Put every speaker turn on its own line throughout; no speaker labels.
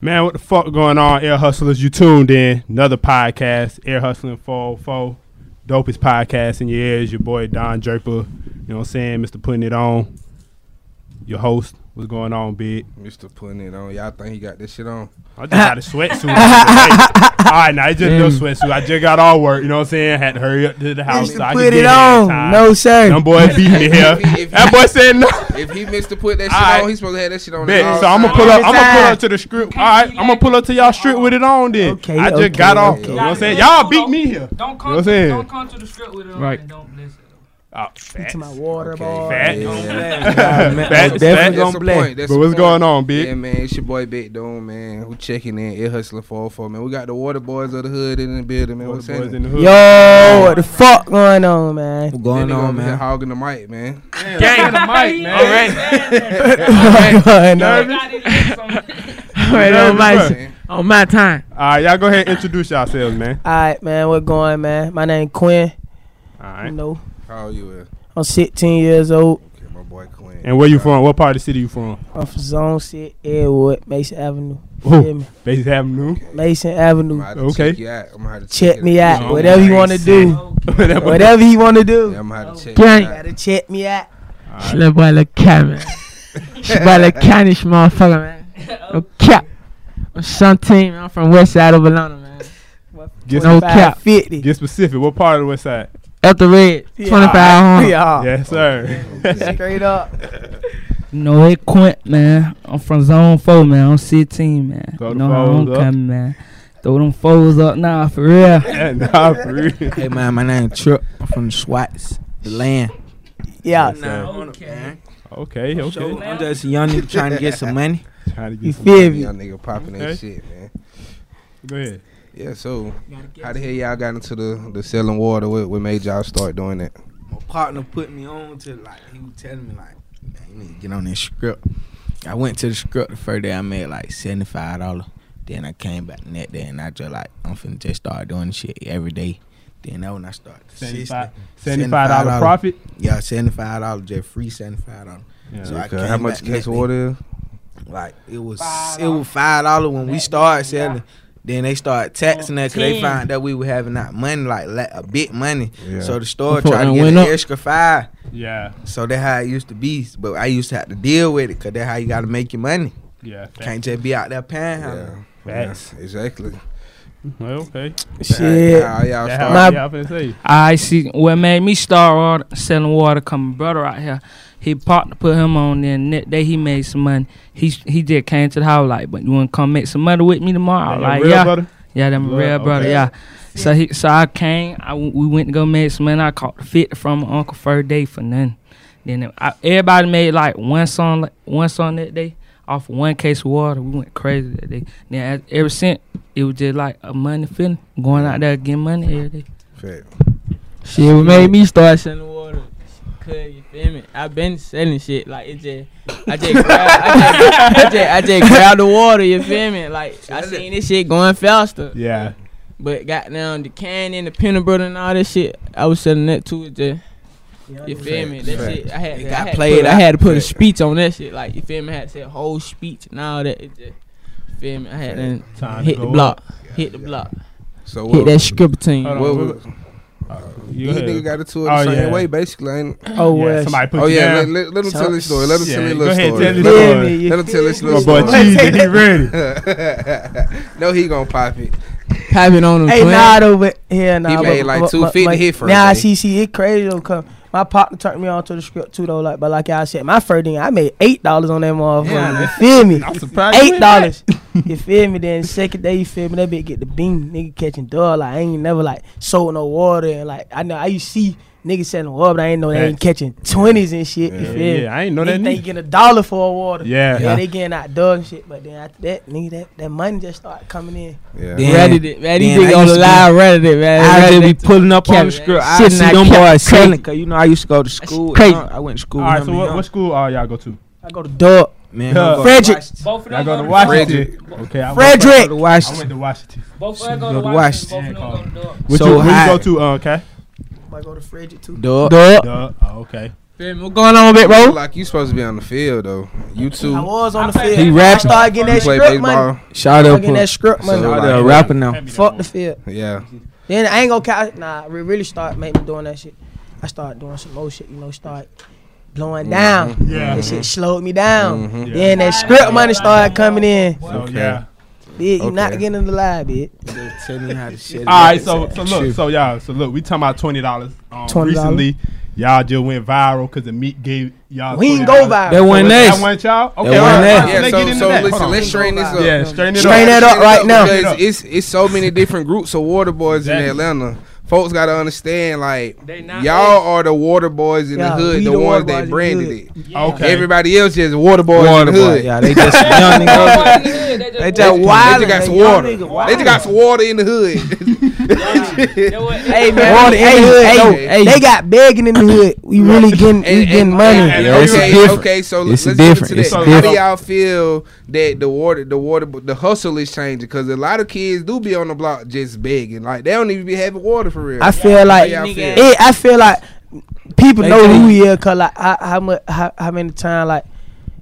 Man, what the fuck going on, Air Hustlers? You tuned in. Another podcast, Air Hustling 404. Dopest podcast in your ears. Your boy Don Draper. You know what I'm saying? Mr. Putting It On. Your host. What's going on, big?
Mr. Putting It On. Y'all think he got this shit on?
I just got a sweatsuit. Hey, all right, now it's just no sweatsuit. I just got all work. You know what I'm saying? Had to hurry up to the house.
Mr.
so I could
put
get
it
in
on.
time.
No, sir.
Them boy beat me here.
If he- if he-
That boy said no.
If he missed to put that shit
Alright.
on, he's supposed to have that shit on.
Bet.
Oh,
all
So I'm gonna
time.
pull up. I'm gonna pull
Time.
up to the strip. All right, I'm gonna pull up to y'all strip with it on. Then
Okay,
I just
okay,
got off.
okay.
You know what I'm saying? Y'all beat me here.
Don't
You know what
come,
I'm
to,
saying?
don't come to the strip with it on
Right.
and don't bless it.
Oh,
to my
facts.
water
Okay,
boy.
Facts.
yeah.
Nah, man,
Facts,
I'm
facts.
definitely
That's
gonna
the
play.
point. That's
But
the
what's
point.
going on, big?
Yeah, man, it's your boy Big Dome, man. Who checking in? It hustling four four, man. We got the water boys of the hood in the building, man.
Water
What's
boys in
happening?
the hood.
Yo, what the fuck going on, man?
What's going
That nigga
on,
over here
man?
Hogging the mic, man.
Gang in the mic, man.
All right,
What's going on?
Nervous?
all right, on my
Man.
on my time.
All right, y'all go ahead and introduce yourselves, man.
All right, man. What going, man? My name Quinn.
All
You
right.
know,
How old you is?
I'm 16 years old.
Okay, my boy Quinn.
And where you from? What part of the city you from?
I'm from Zone City, Edward, Mason Avenue.
Ooh.
Feel me?
Base Avenue.
Mason
I'm
Avenue.
gonna have to check
Okay.
you out. I'm gonna have to
Check
you
me out.
Oh,
Whatever you want to do.
That boy-
Whatever you want to
Yeah,
do.
I'm gonna have to check
Gang.
you out.
Gotta check me out.
It's little boy, little cat, man. It's about little catish motherfucker, man. Little cat. I'm some team. I'm from West Side of Atlanta, man.
Get,
No
25,
cap.
50.
get specific. What part of the west side?
Up the red,
Yeah.
25 home.
Yeah.
Yes, sir.
Straight up.
No, it quit, man. I'm from Zone 4, man. I'm 16, man.
Throw
You
the
know how I'm
foes up.
coming, man. Throw them foes up now, for real.
Yeah, nah, for real.
Hey man, my name Trip. I'm from the Swats, the land.
Yeah.
Okay.
Okay, okay.
I'm
just a young nigga trying to get some money.
Trying to
You
get some.
feel me?
Young nigga popping
Okay.
that shit, man.
Go ahead.
Yeah, so how the hell y'all got into the, the selling water? What, what made y'all start doing that?
My partner put me on to like he was telling me like, man, you need to get on this script. I went to the script the first day. I made like seventy five dollars. Then I came back the next day and I just like I'm finna just start doing shit every day. Then that when I started the
$75,
system.
$75
$75.
profit.
Yeah, seventy five dollars, just free seventy five dollars. So I
Okay,
came
how much
back
case
next day.
water is?
Like it was
Five
it was five dollars when we
That
started
day, yeah.
selling. Then they started taxing that 'cause they
Ten.
found that we were having that money like, like a big money.
Yeah.
So the store
Before
tried to
it
get
went
an
up.
extra five.
Yeah,
So that's how it used to be. But I used to have to deal with it because that's how you got to make your money.
yeah. fact.
Can't just be out there panhandling.
Yeah.
Facts.
Yeah, exactly.
Well, okay.
Shit.
How y'all
That
start?
how, yeah, I finna say.
I see. What made me start water, selling water? Come, my brother, out here. He partner put him on. Then next day he made some money. He he just came to the house like, but you want to come make some money with me tomorrow?
That
like,
your real
yeah,
brother?
yeah, them
Blood,
real brother,
okay.
yeah. So he so I came. I w- we went to go make some money. I caught the fifty from my uncle first day for nothing. Then I, everybody made like one song, like, one song that day off of one case of water. We went crazy that day. Then as- ever since it was just like a money feeling, going out there getting money every day.
Fact.
Shit, what made me start selling water? Cause you feel me? I've been selling shit like it just, I just, grab, I, just I just, I just grab the water. You feel me? Like I seen this shit going faster,
Yeah.
but goddamn the can and the peanut butter and all that shit, I was selling that too. It just, you feel me? That
Facts.
shit, I had,
It
to,
got
I had
played
played. I had to put a
out.
speech on that shit. Like you feel me? I had to say a whole speech and all that. It just, you feel me? I had to
Time
hit
to
the
go
block, hit the block,
So
hit
what?
that scripting.
Hold on,
what,
what-
what,
You
you
go ahead.
nigga got into it
Oh,
the same
yeah.
way, basically. Ain't,
Oh,
yeah,
well.
somebody put
oh
you
yeah, let,
down.
let, let him tell his story. Let him
Yeah,
tell his
go
little
ahead,
story.
tell his
Let him-
Feel
story.
me? You
Let him tell
feel
his
me?
little
My boy
story.
Cheesy, he ready.
no, he gonna pop it.
Popping on them.
Hey,
twins.
nah, though, but yeah, nah.
made
but-
like
but-
250
but-
hit first
Nah,
day.
see, see, it crazy though. Cause my partner turned me on to the script too, though. Like, but like I said, my first thing I made eight dollars on that motherfucker. you feel me?
I'm surprised. you
Eight
ain't
dollars. you feel me? Then second day, you feel me? That bitch get the bean, nigga catching dog. Like I ain't never like sold no water, and like I know I used to see niggas selling water, but I ain't know they ain't catching twenties and shit. You
back.
feel me?
Yeah, I ain't know
they
that.
think
nigga.
getting a dollar for a water.
Yeah.
yeah, they getting out dog and shit. But then after that, nigga, that, that money just started coming in.
Yeah.
Then-
Reddit it, man. These
then I
niggas on
used
the
to
live Reddit it, man.
I
Reddit
just be
it.
pulling up on
Kevin,
the
shit,
script. I see
and I
them
kept
boys
crazy.
selling because you know I used to go to school.
crazy.
I went to school.
All
with
right,
him
so
and
what,
him.
what school all y'all go to?
I go to dog.
Man,
Yeah.
I'm going
Frederick.
to
Both of them
Y'all go to
Washington.
Washington. Okay, I went-
Frederick.
I
Washington.
went to Washington.
Both of
Shit,
them go
go
to
to
Washington.
Washington.
Both of them go to Dog.
What
So
you, where you
high.
go to, uh, okay?
I go to Frederick too.
Dog.
Duh.
Duh. Oh, okay.
Feel me? What's going on, big
Look
bro?
Like you supposed to be on the field though. You too.
I
You
was on the
I
field.
play- He
I
rapping.
started getting that
play
script money.
baseball.
Shout
Started
out
getting
to
that script money.
So,
shout
like-
out rapper now.
Fuck the field.
Yeah.
Then I ain't gonna count. Nah, re- really start making me doing that shit. I started doing some more shit, you know, start
Mm-hmm.
blowing down.
Yeah.
That shit slowed me down.
Mhm.
Yeah.
Then that script money started coming in.
So,
Okay.
yeah.
Bitch, you not
Okay.
getting in the lie, bitch.
Tell me how to shit.
All right, so so look, so y'all, so look, we talking about twenty dollars. Um,
$20?
Recently, y'all just went viral because the meat gave y'all.
We ain't go
$20.
viral.
That went
That
next.
went y'all. Okay,
went
all right,
next.
all right,
Yeah,
let's get
so,
into
so
that.
listen,
Hold on.
let's train this up.
yeah, straighten it
Straighten
up.
that up right now.
Because it's it's so many different groups of water boys
Exactly.
in Atlanta. Folks gotta understand, like
They not
y'all are the water boys in
Yeah,
the hood,
we
the,
the water
ones
boys in
that
the
branded
hood.
it.
Okay.
Everybody else just water boys in the
boy.
hood.
Yeah, they just young niggas.
They
They just wild.
They just got some water. They just got some water in the hood.
Hey man,
Water in the
hey,
hood,
hey,
though.
hey, they got begging in the hood. We really getting, we
And-
getting
and-
money.
and- and
Yeah, it's
okay,
different.
okay, so
It's
let's
different.
get into
It's
that. How do
different.
y'all feel that the water, the water, the hustle is changing? Because a lot of kids do be on the block just begging, like they don't even be having water for real.
I feel like
y'all feel?
it, I feel like people
They
know
think-
who we are cause like how how, much, how how many time like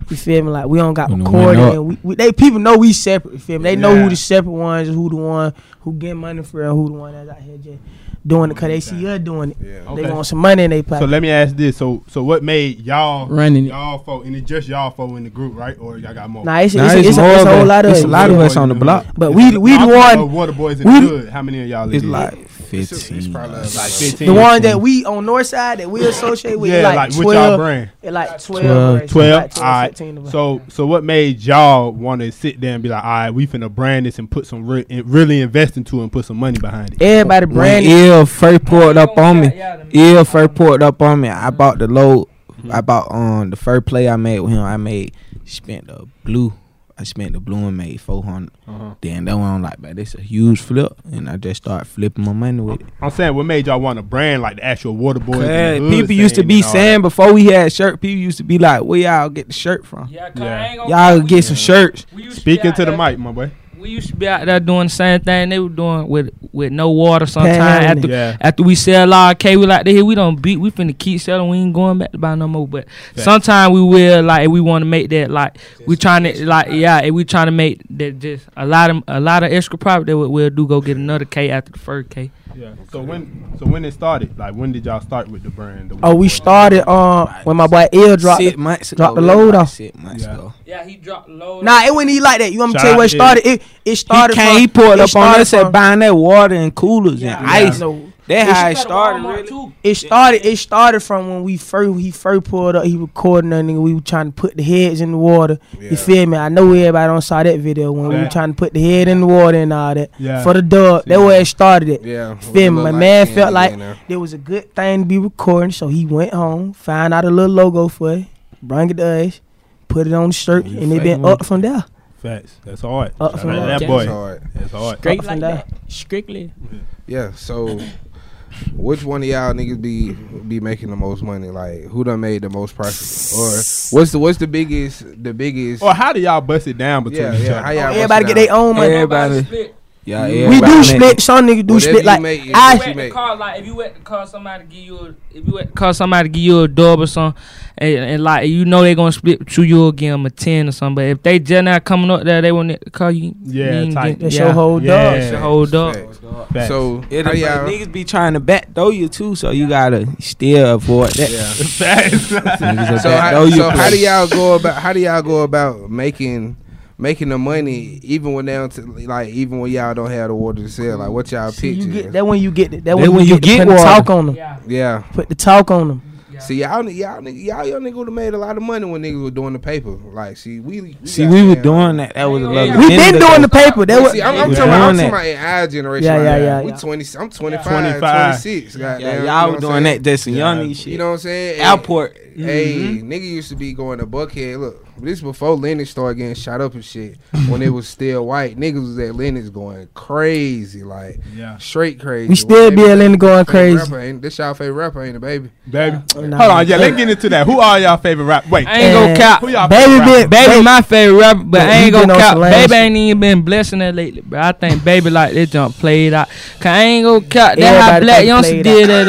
you feel me like we don't got
When the
recording
wind up.
and we, we they people know we separate. You feel me? They know
Yeah.
who the separate ones, who the one who getting money for and who the one that's out here just doing it cause they see us doing it.
Yeah.
Okay.
They want some money in their
So
pocket.
let me ask this. So so what made y'all
Running it.
y'all folk and it's just y'all folk in the group, right? Or y'all got more?
nah, it's,
Nah,
it's,
it's
it's, a,
more
it's a
of
whole
a-
lot of
it's
us.
a lot
Water
of
boys
us on
in
the block.
But we we the
I'm talking about
one
water boys in the
we-
hood. How many of y'all? it
It's
is?
like
It's, it's
fifteen.
probably
uh,
like
like fifteen.
the one that we on north side that we associate with
yeah,
like,
like with y'all
12,
brand.
like 12 right?
12,
So
Twelve.
like
All right.
15 of us.
So so what made y'all want to sit there and be like, all right, we finna brand this and put some re- and really invest into it and put some money behind it.
everybody
When
brand new.
Ill first poured up on me, Ill first poured up on me. I bought the load. I bought um the first play I made with him. I made spent the blue. I spent the blue and made four hundred.
Uh-huh.
Then that one I'm like, man, this a huge flip, and I just started flipping my money with it.
I'm saying what made y'all want to brand like the actual water boys. in the
Cause
hood
people used to
scene
be
and all
saying before we had shirt, people used to be like, where y'all get the shirt from? Y'all get some shirts.
that. Speaking to the mic, my boy.
We used to be out there doing the same thing they were doing with with no water. Sometime
Pan.
after
Yeah.
after we sell our K, we like to hear we don't beat. We finna keep selling. We ain't going back to buy no more. But
Facts.
sometime we will like we want to make that like we trying to like yeah and we trying to make that just a lot of a lot of extra profit that we- we'll do go get another K after the first K.
Yeah. So when so when it started, like when did y'all start with the brand? the
Oh,
Water
we
Boys?
started um when my boy Ill dropped.
Six
it.
months
drop
ago,
the
yeah,
load
like
off.
Six months
Yeah.
ago.
Yeah, he dropped low.
Nah, it wasn't even like that. You want me to
Shout
tell you where it
out
started? It it
He
started.
came,
from,
he pulled
it
up on
started
us and
from-
buying that water and coolers and
Yeah.
ice.
No,
That's how
It's-
it started. Really.
it started. It started from when we first he first pulled up. He recording that nigga. We were trying to put the heads in the water.
Yeah.
You feel me? I know everybody don't saw that video when we
Yeah.
were trying to put the head in the water and all that
Yeah.
for the dub. That where it started. It.
yeah.
Feel me? My man felt like
Yeah.
there was a good thing to be recording, so he went home, found out a little logo for it, bring it to us, put it on the shirt,
You
and it
fucking
been
with
up from there.
Facts. That's hard.
Up
Shout
from
out to
there.
that
That's
boy.
hard.
That's hard.
Straight
Up
like
and
that. Strictly.
Yeah. So, which one of y'all niggas be be making the most money? Like, who done made the most profit? Or what's the what's the biggest the biggest?
Or how do y'all bust it down between
yeah,
each
yeah.
other?
How y'all bust it
Everybody get
down?
their own money.
Everybody. Yeah,
we
everybody
do
make-
split. Some niggas do
Whatever
split.
you
Like
make, you
I,
what
you at the
make.
car, like if you at the car, somebody give you a, if you at the car, somebody give you a dub or something, and, and like you know they gonna split to you or give 'em a ten or something. But if they just not coming up there, they want to call you.
Yeah,
you ain't
type.
get-
that's
yeah.
your whole
Yeah.
dog.
That's your whole dog.
Facts.
Facts.
So,
Yeah,
how
the
y'all?
niggas be trying to backdoor you too, so you gotta still avoid that.
Yeah.
Niggas will
so
backdoor
how,
you
so how
place.
do y'all go about how do y'all go about making making the money even when they don't t- like even when y'all don't have the water to sell like what y'all
See, you
picture
get that when you get it. That
That
when you get, to put the
water.
talk on them.
Yeah.
yeah
Put the talk on them.
see y'all ni- y'all ni- y'all y'all nigga would have made a lot of money when niggas were doing the paper like see we, we
See,
got
we were
down.
doing that. That was a
Yeah.
little.
We been doing the paper. That was
See, I'm, I'm
we
talking about, I'm talking
doing that.
about in our generation.
Yeah,
right
yeah,
now.
yeah,
We
yeah.
20, I'm 25,
25.
26. Goddamn, you
Yeah, y'all
know
were
what
doing
I'm saying?
that just some
Yeah.
young nigga shit.
You know what I'm saying? And-
Outport.
Hey,
Mhm.
nigga used to be going to Buckhead. Look, this before Lennox started getting shot up and shit. when it was still white, niggas was at Lennox going crazy, like
yeah.
straight crazy.
We still be in going crazy.
Rapper, ain't, this y'all favorite rapper, ain't it, baby?
Baby.
Nah.
Hold on, yeah, let's get into that. Who are y'all favorite rap? Wait,
I ain't gonna
And
cap.
who y'all
Baby
favorite rapper?
been
Baby,
baby.
my favorite rapper, but
Yeah,
I
he
ain't
been
gonna
on
cap.
some lame
Baby
shit.
ain't even been blessing that lately, bro. I think baby like that jump played out. Cause I ain't gonna cap. That how
Everybody
Black
think
Youngster
played
did that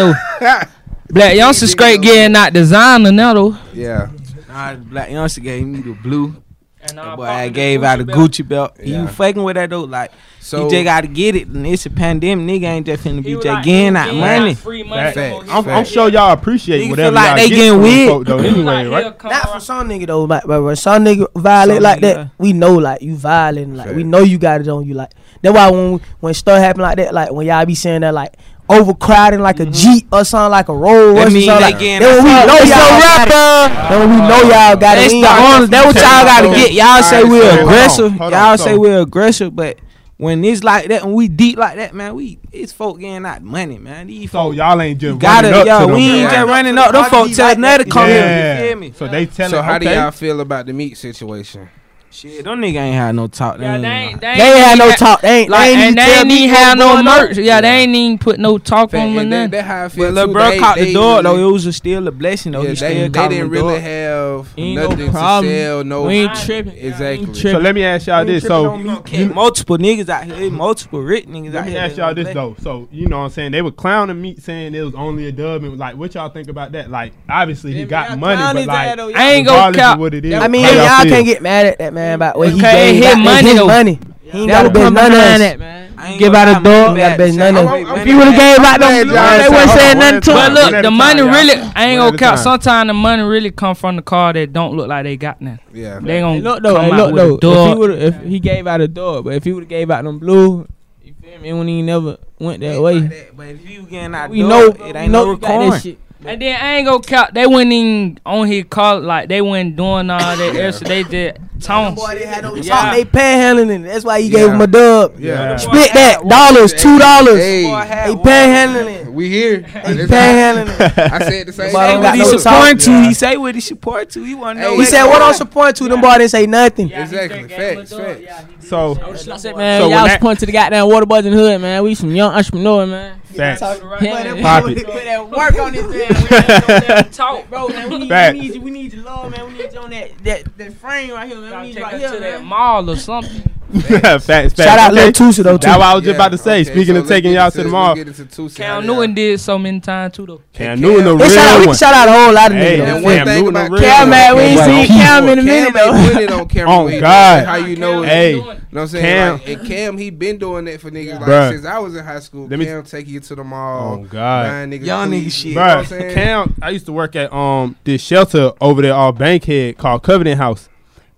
though. Black Youngster straight getting that designer now though.
Yeah.
Nah, Black Youngster gave me the blue.
And
That boy, I gave out a Gucci belt.
Yeah.
You fucking with that though? Like,
So
you just gotta get it. And it's a pandemic. Nigga ain't just finna be just
like,
getting
"Yeah,
out money.
Free
That-
so
Facts.
he-
I'm, I'm sure y'all appreciate
Niggas
whatever
feel like
y'all
they
get
getting
from
weird.
folk, though.
he like,
Anyway, right?
he'll come
Not
around.
for some nigga though, like but when some nigga violate
Some
like
nigga,
that,
yeah.
we know like you violent, like we
Fact.
know you got it on you, like that's why when when stuff happen like that, like when y'all be saying that like overcrowding like a jeep or something like a road
That
rush or
mean
something
they
like
getting
that when we
out-
know
It's a
y'all got it. That when we know y'all got it.
That's
we
the
ain't-
honest. That's what y'all gotta get. Y'all
Alright,
say
so
we're
hold
aggressive.
on, hold on,
Y'all
so-
say we're aggressive, but when it's like that and we deep like that, man, we it's folk getting out money, man. These
So
folk
y'all ain't just
gotta
running up
y'all.
to
We
them.
ain't
right?
just running up. Them folk tell another come here. You
yeah.
feel me?
So they telling.
So how do
okay.
y'all feel about the meat situation?
Shit, them nigga ain't had no talk.
Yeah,
ain't
they
no-
ain't, they
Mm. They
ain't,
ain't had no
even-
talk. They ain't
Like,
they
and
ain't
they
even tell
ain't
me
even have
what's
no
going on.
merch. Yeah, they ain't even put no talk on
Fact,
them.
and
or
that,
nothing.
that how I feel
But lil
too.
bro
They-
caught
they-
the door though. It was a still a blessing though.
Yeah,
he
they,
still
they
caught the
didn't really
door.
have
Ain't no
nothing to
problem.
sell. No,
We ain't tripping.
Exactly.
We ain't
So
tripping.
let me ask y'all this. So
You gonna catch multiple niggas out here, multiple rich niggas
Let
out
me
here.
ask
that
y'all
don't
this
play.
though. So you know what I'm saying? They were clowning me saying it was only a dub and like what y'all think about that? Like obviously he
Yeah,
got
man,
money,
clown
but
his
like
ass, though,
I ain't gonna
regardless of
cap.
what it is.
I mean,
how
y'all,
feel?
can't get mad at that man about what he
Okay, it
gave.
hit
That- it
money,
his
though.
money. He ain't
That
gotta
would
bet
come
none of
behind
us.
that, man.
I ain't
Give
gonna
out a
lie, man,
door,
back
gotta bet
to-
none
I'm-
of
I'm-
it.
I'm
If you would have
glad-
gave out
glad
them blue,
y'all-
they
hold on,
wasn't
oh,
saying
one at a
nothing to
time.
But
One
him.
at
look,
a
the
time,
money
y'all.
really, I ain't
One
gonna
at a
count.
time.
Sometimes the money really come from the car that don't look like they got nothing.
Yeah.
They gonna
Hey, oh, look though,
come
hey,
out
look
with a
though. If he
dub.
would have, if he gave out a door, but if he would have gave out them blue, you feel me? It wouldn't even never went that way.
But if you getting out
We
door,
know,
it
we
ain't
know
no
you got that
recording.
shit.
And then I ain't gonna count. They wasn't even on his call. Like they wasn't doing all that else. They did tone.
Boy, they had no talk.
Yeah.
They panhandling it. That's why he
Yeah.
gave him a dub.
Yeah.
Spit that dollars, two dollars.
Hey,
They panhandling it.
we here.
They panhandling it.
I said the same
Nobody
Say
don't got
what he
no
thing.
talk.
support to. He say what he support to. He want to know.
Hey,
He
what-
said, "What I'm supporting to them boy didn't say nothing."
Exactly. Facts. Facts.
So
That's it, man.
So when
Y'all
that-
supporting to the goddamn water buzz and hood, man. We some young entrepreneur, man.
facts.
Yeah, man.
Pop it.
Put that work on this damn
Talk.
bro, man. We need,
Facts.
we need you. We need you love, man. We need you on that that, that frame right here, man. We need you right
to
here,
that
man.
mall or something.
facts. Facts.
Shout out
okay.
Lil Tusa though
That's
too.
what I was just
Yeah,
about to say.
okay,
Speaking
so
of
let's
taking
get
y'all
into-
to the
let's
mall,
get into two
Cam
side
Newton
eye.
did so many times too though.
Cam Newton the
They shout out,
real
we
one.
can shout out a whole lot of
Hey,
niggas.
And
though.
one
Cam
thing
Newton the
about
real
Cam,
Cam,
man, we ain't
Nobody
seen
keep
Cam in a
Cam
minute though.
ain't put it on camera.
Oh,
but
God.
that's How you know? it-
Hey,
You know what I'm
Cam-
saying? Like, and Cam, he been doing that for niggas
Bruh.
like since I was in high school.
Let me-
Cam take you to the
oh
mall.
God.
buying niggas
Y'all
cleats,
niggas shit.
You know what I'm
Bruh,
saying?
Cam, I used to work at um this shelter over there off Bankhead called Covenant House.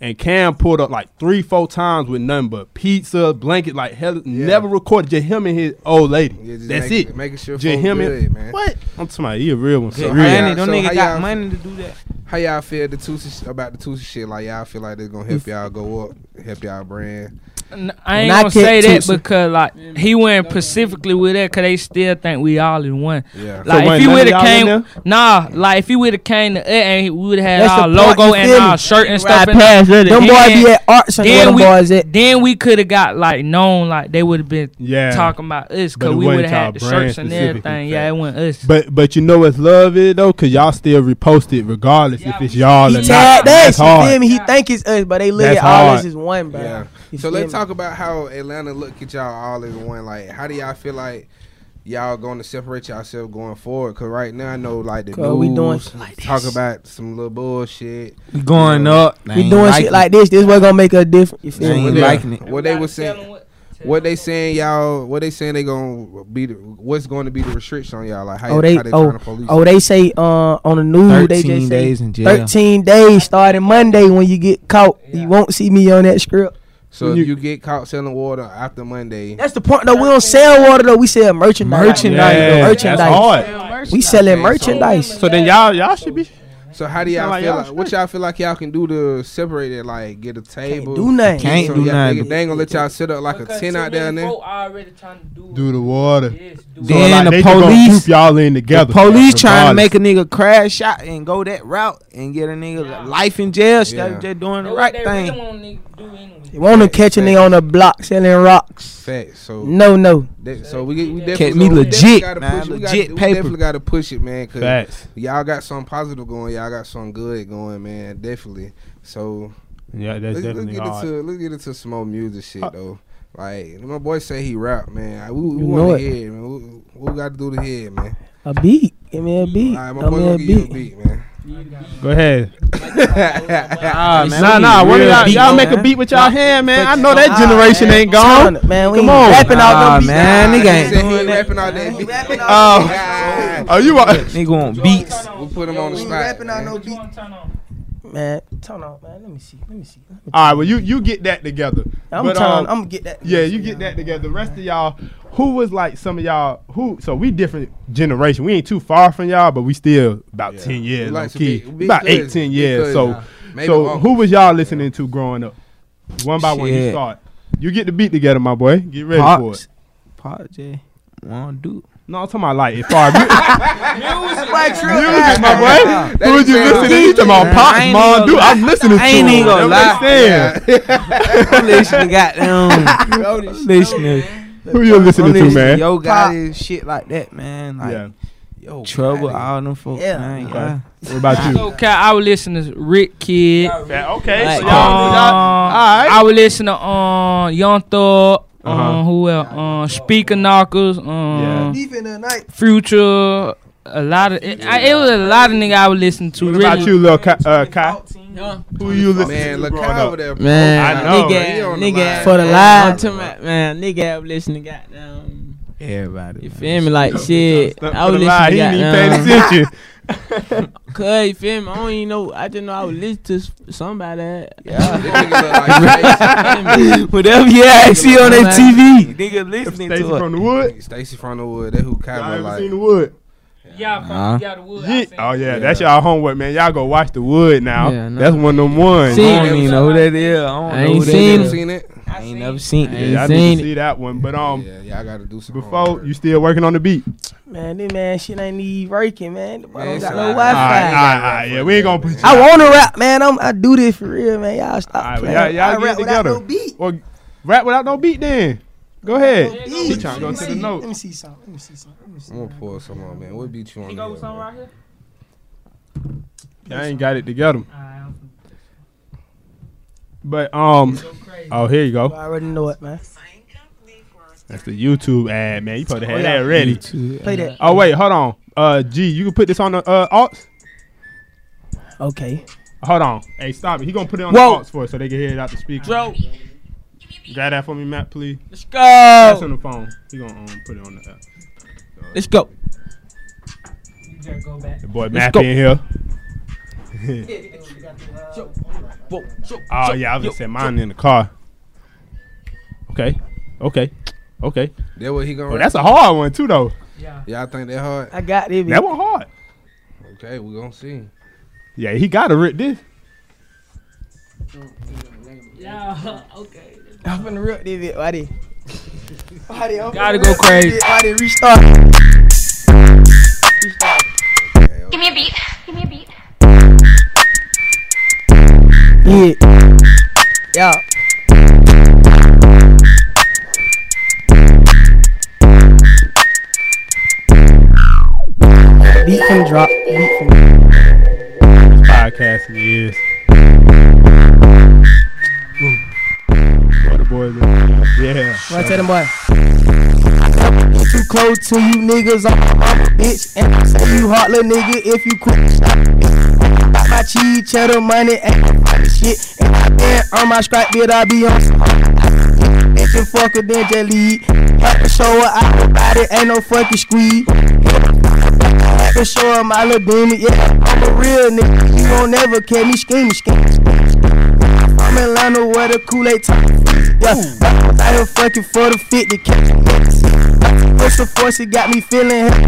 And Cam pulled up like three, four times with nothing but pizza, blanket, like hell, never recorded. Just him and his old lady.
Yeah, just
That's
making-
it.
Making sure
Just
folks
him and-
good, man.
What? I'm talking. He a real one.
Good
for real.
money.
So
Them
how
niggas
y'all-
got money to do that.
How y'all feel the Tusa sh- about the Tusa shit? Like y'all feel like it's gonna help y'all go up, help y'all brand.
N- I ain't
When I
gonna say
get
that
to-
because like he went specifically with that because they still think we all in one.
Yeah.
Like
wasn't
if he
none of
would
y'all
have
in
came,
there?
nah. Like if he would have came to it and he would have had
That's
our
the point,
logo
you
and
feel me?
our shirt and stuff.
Right
in there,
past it.
Them boys
then-
be at arts and where
Then
them
we,
boys at.
then we could have got like known like they would have been
Yeah.
talking about us
But it
because we
wasn't
would have
y'all
had the
brand
shirts and
specifically,
everything. Yeah, it wasn't us.
But but you know what's love is though, cause y'all still repost it regardless if it's y'all or not.
He tagged
That's
us. You
hard.
feel me? He think it's us, but they look
That's
at all
hard.
us as one, bro.
Yeah.
You
So
feel
let's
me?
talk about how Atlanta look at y'all all in one. Like, how do y'all feel like y'all going to separate yourself going forward? Cause right now I know like the
'Cause
news
we doing shit
like talk about some little bullshit.
We going
Yeah.
up.
We doing shit like this. This what gonna make us different. You
They
feel
ain't
me?
What
We
they,
liking it.
What they was saying. What they saying, y'all? What they saying? They gonna be the, what's going to be the restriction on y'all? Like how,
Oh, they-
how they trying to police?
Oh, they say uh, on the news they just
13
say
days in jail.
13 days starting Monday when you get caught. You won't see me on that script.
so if
you-
you, get caught selling water after Monday,
That's the point though. We don't sell water though. We sell merchandise.
Merchandise,
Yeah,
though.
That's
Merchandise.
hard.
We selling
Okay, so-
merchandise.
So then y'all y'all should be
so how do y'all
Sound like
feel?
y'all
Like, what y'all feel like y'all can do to separate it? Like get a table,
Can't do nothing.
Can't
So
do
y'all-
nothing.
They, they ain't gonna let y'all sit up like a ten out there and there.
do the water.
Then
like,
the
they just gonna
police-
group y'all in together.
The police trying to
regardless.
make a nigga crash out and go that route and get a nigga life in jail instead
Yeah.
of just doing the right thing.
You want to catch a nigga on the block selling rocks?
Facts. So
No, no.
that, so we, get- we definitely
Kept me
we definitely
legit,
gotta
man,
push it. We
legit
gotta, We
paper.
definitely gotta push it, man. Cause
facts.
y'all got something positive going. Y'all got something good going, man. Definitely. So
Yeah, that's
let's, let's
definitely
get
hard.
into let's get into some more music shit
Uh,
though. Like my boy say he rap, man. I- We, we
You know
want
it.
to hear, it, man. We, we got to do the head, man.
A beat. Give me a
All
beat.
right, my
Throw
boy
me
gonna
a
give you a
beat.
beat, man.
Go ahead.
Ah, man,
nah,
we
nah. One of
need real
y'all,
beat,
y'all make a
man.
beat with y'all hand, man. I know
Nah,
that generation
man.
ain't
I'm
gone.
telling you, Man, we
Come
ain't
on.
rapping
Nah,
out no beats.
man, nigga
He said
ain't.
he ain't rapping out that beat.
Oh.
Ah,
Oh, you are.
Nigga want beats.
We put him on the spot. man.
Man, turn on, man. Let me see. Let me see. Let me-
All right, well, you you get that together.
I'm
But,
turning.
um,
I'm gonna get that.
Yeah, you get that together. The rest of y'all, who was like some of y'all who? So we different generation. We ain't too far from y'all, but we still about ten
We
years,
like
low
some
key.
big- big
about eight,
cousins,
ten
big
years.
cousins.
So,
Yeah. Maybe
so
uncles.
who was y'all listening to growing up? One by one, you
Shit.
start. You get the beat together, my boy. Get ready for it.
Pops. Pop J. One dude.
No, I'm talking about like if far music,
That's
my
right.
boy.
That
Who was you
sound
listening to?
good.
You talking about
Man, I
Pops,
ain't
Mom,
even
dude?
gonna
I'm listening to
I ain't
him.
even gonna
That
lie.
makes sense.
I'm listening to goddamn. I'm listening.
Who you
I'm
listening to,
listening to
man?
yo goddamn shit like that, man. Like
Yeah.
yo, trouble, all them folks,
Yeah.
man.
Okay.
Yeah.
What about you?
So, Cal, I would listen to Rick Kid.
Okay,
Like,
so y'all,
Um,
Oh.
y'all, all right.
I would listen to um, Young Thug. Um,
Uh-huh.
Who else? Um, Speaker Knockers. Um,
Yeah.
Deep in the night.
Future. A lot of it, I, it was a lot of nigga I would listen to.
What
really.
about you, little Kai? Uh, Kai? Who you listening
Man,
to
look
growing
over
up?
there.
Man,
I know.
He
nigga,
on the line.
nigga,
For the
man, I'm
live.
talking about- Man, nigga, I'm listening to goddamn.
Everybody.
You
man.
feel me? Like shit.
Stuck
I
for
was
the lie.
listening to
He ain't
uh,
even
goddamn.
paying attention.
Cause you feel me? I don't even know. I just know I was listening to s- somebody.
This nigga look like
Whatever you yeah, see on that TV.
Nigga listening
Stacy from the wood.
Stacy- Stacy from the wood. That who Kyle
Y'all
look
ever seen
like.
the wood?
Y'all
from- Nah.
y'all the wood.
Yeah. Oh yeah,
Yeah.
that's y'all homework, man. Y'all go watch the wood now.
Yeah, nah.
That's one of them ones.
See,
I don't even know who that is. I don't
I
know
ain't
who that
seen
You
is.
him.
seen it?
I ain't never seen
yeah,
it.
y'all need
seen
to
it.
see that one. But um,
yeah, y'all gotta do some.
before
homework.
you still working on the beat.
Man, this man shit ain't even working, man. I
Yeah,
don't
it's
got
all
All
right.
no
right,
All
all
Wi-Fi.
right, all right, yeah, we ain't gonna put you.
I want to rap, man. I'm, I do this for real, man. Y'all stop
Alright,
playing.
well, y'all- y'all
I rap
get
without
together.
no beat.
Well, rap without no beat. Then go
No
ahead.
beat.
He trying to go
Let me
to the
see.
note.
Let me see something. Let me see something. Let me see.
I'm gonna pull some on, man. What beat you on? here, man?
here?
I ain't got it together. But um, oh here you
I
go.
already know it, man.
That's the YouTube ad, man. You probably
Oh,
had
yeah.
that ready.
Play that.
Oh wait, hold on. Uh, G, you can put this on the uh aux.
Okay.
Hold on. Hey, stop it. He gonna put it on the
Whoa.
aux for us so they can hear it out the speaker.
Bro,
Grab that for me, Matt, please.
let's
That's on
go.
the phone. He gonna um, put it on the. Uh,
Let's go.
the boy
Let's
Matt
go.
in here.
Whoa, so-
Oh
so-
yeah, I was
yo,
gonna say mine in the car. Okay, okay, okay.
That what he gonna?
Oh,
rap
that's
to?
a hard one too, though.
Y'all think that hard?
I got this.
That
That
one hard.
Okay, we gonna see.
Yeah, he gotta rip this.
I'm finna rip this bit. Why they? Why they?
Gotta go crazy.
Why they restart?
Give me a beat. Give me a beat.
Yeah. Yeah. Beat finna drop. Beat finna
Podcasting is. What the boys? Yeah.
Run to them boy. Too close to you niggas, I'm a bitch. And I say you hot little nigga if you quit. Got my cheese, cheddar money, and funny shit. And I been on my strike bid, I be on some. Bitch and fucker, then just leave. Had to show her out her body, ain't no fucking squeeze. Had to show her my little beanie, yeah. I'm a real nigga, you don't never catch me skinny, skinny. I'm in Atlanta where the Kool-Aid top yeah, I was out here fucking for the 50 catch a mix. Push the force, it got me feeling heavy.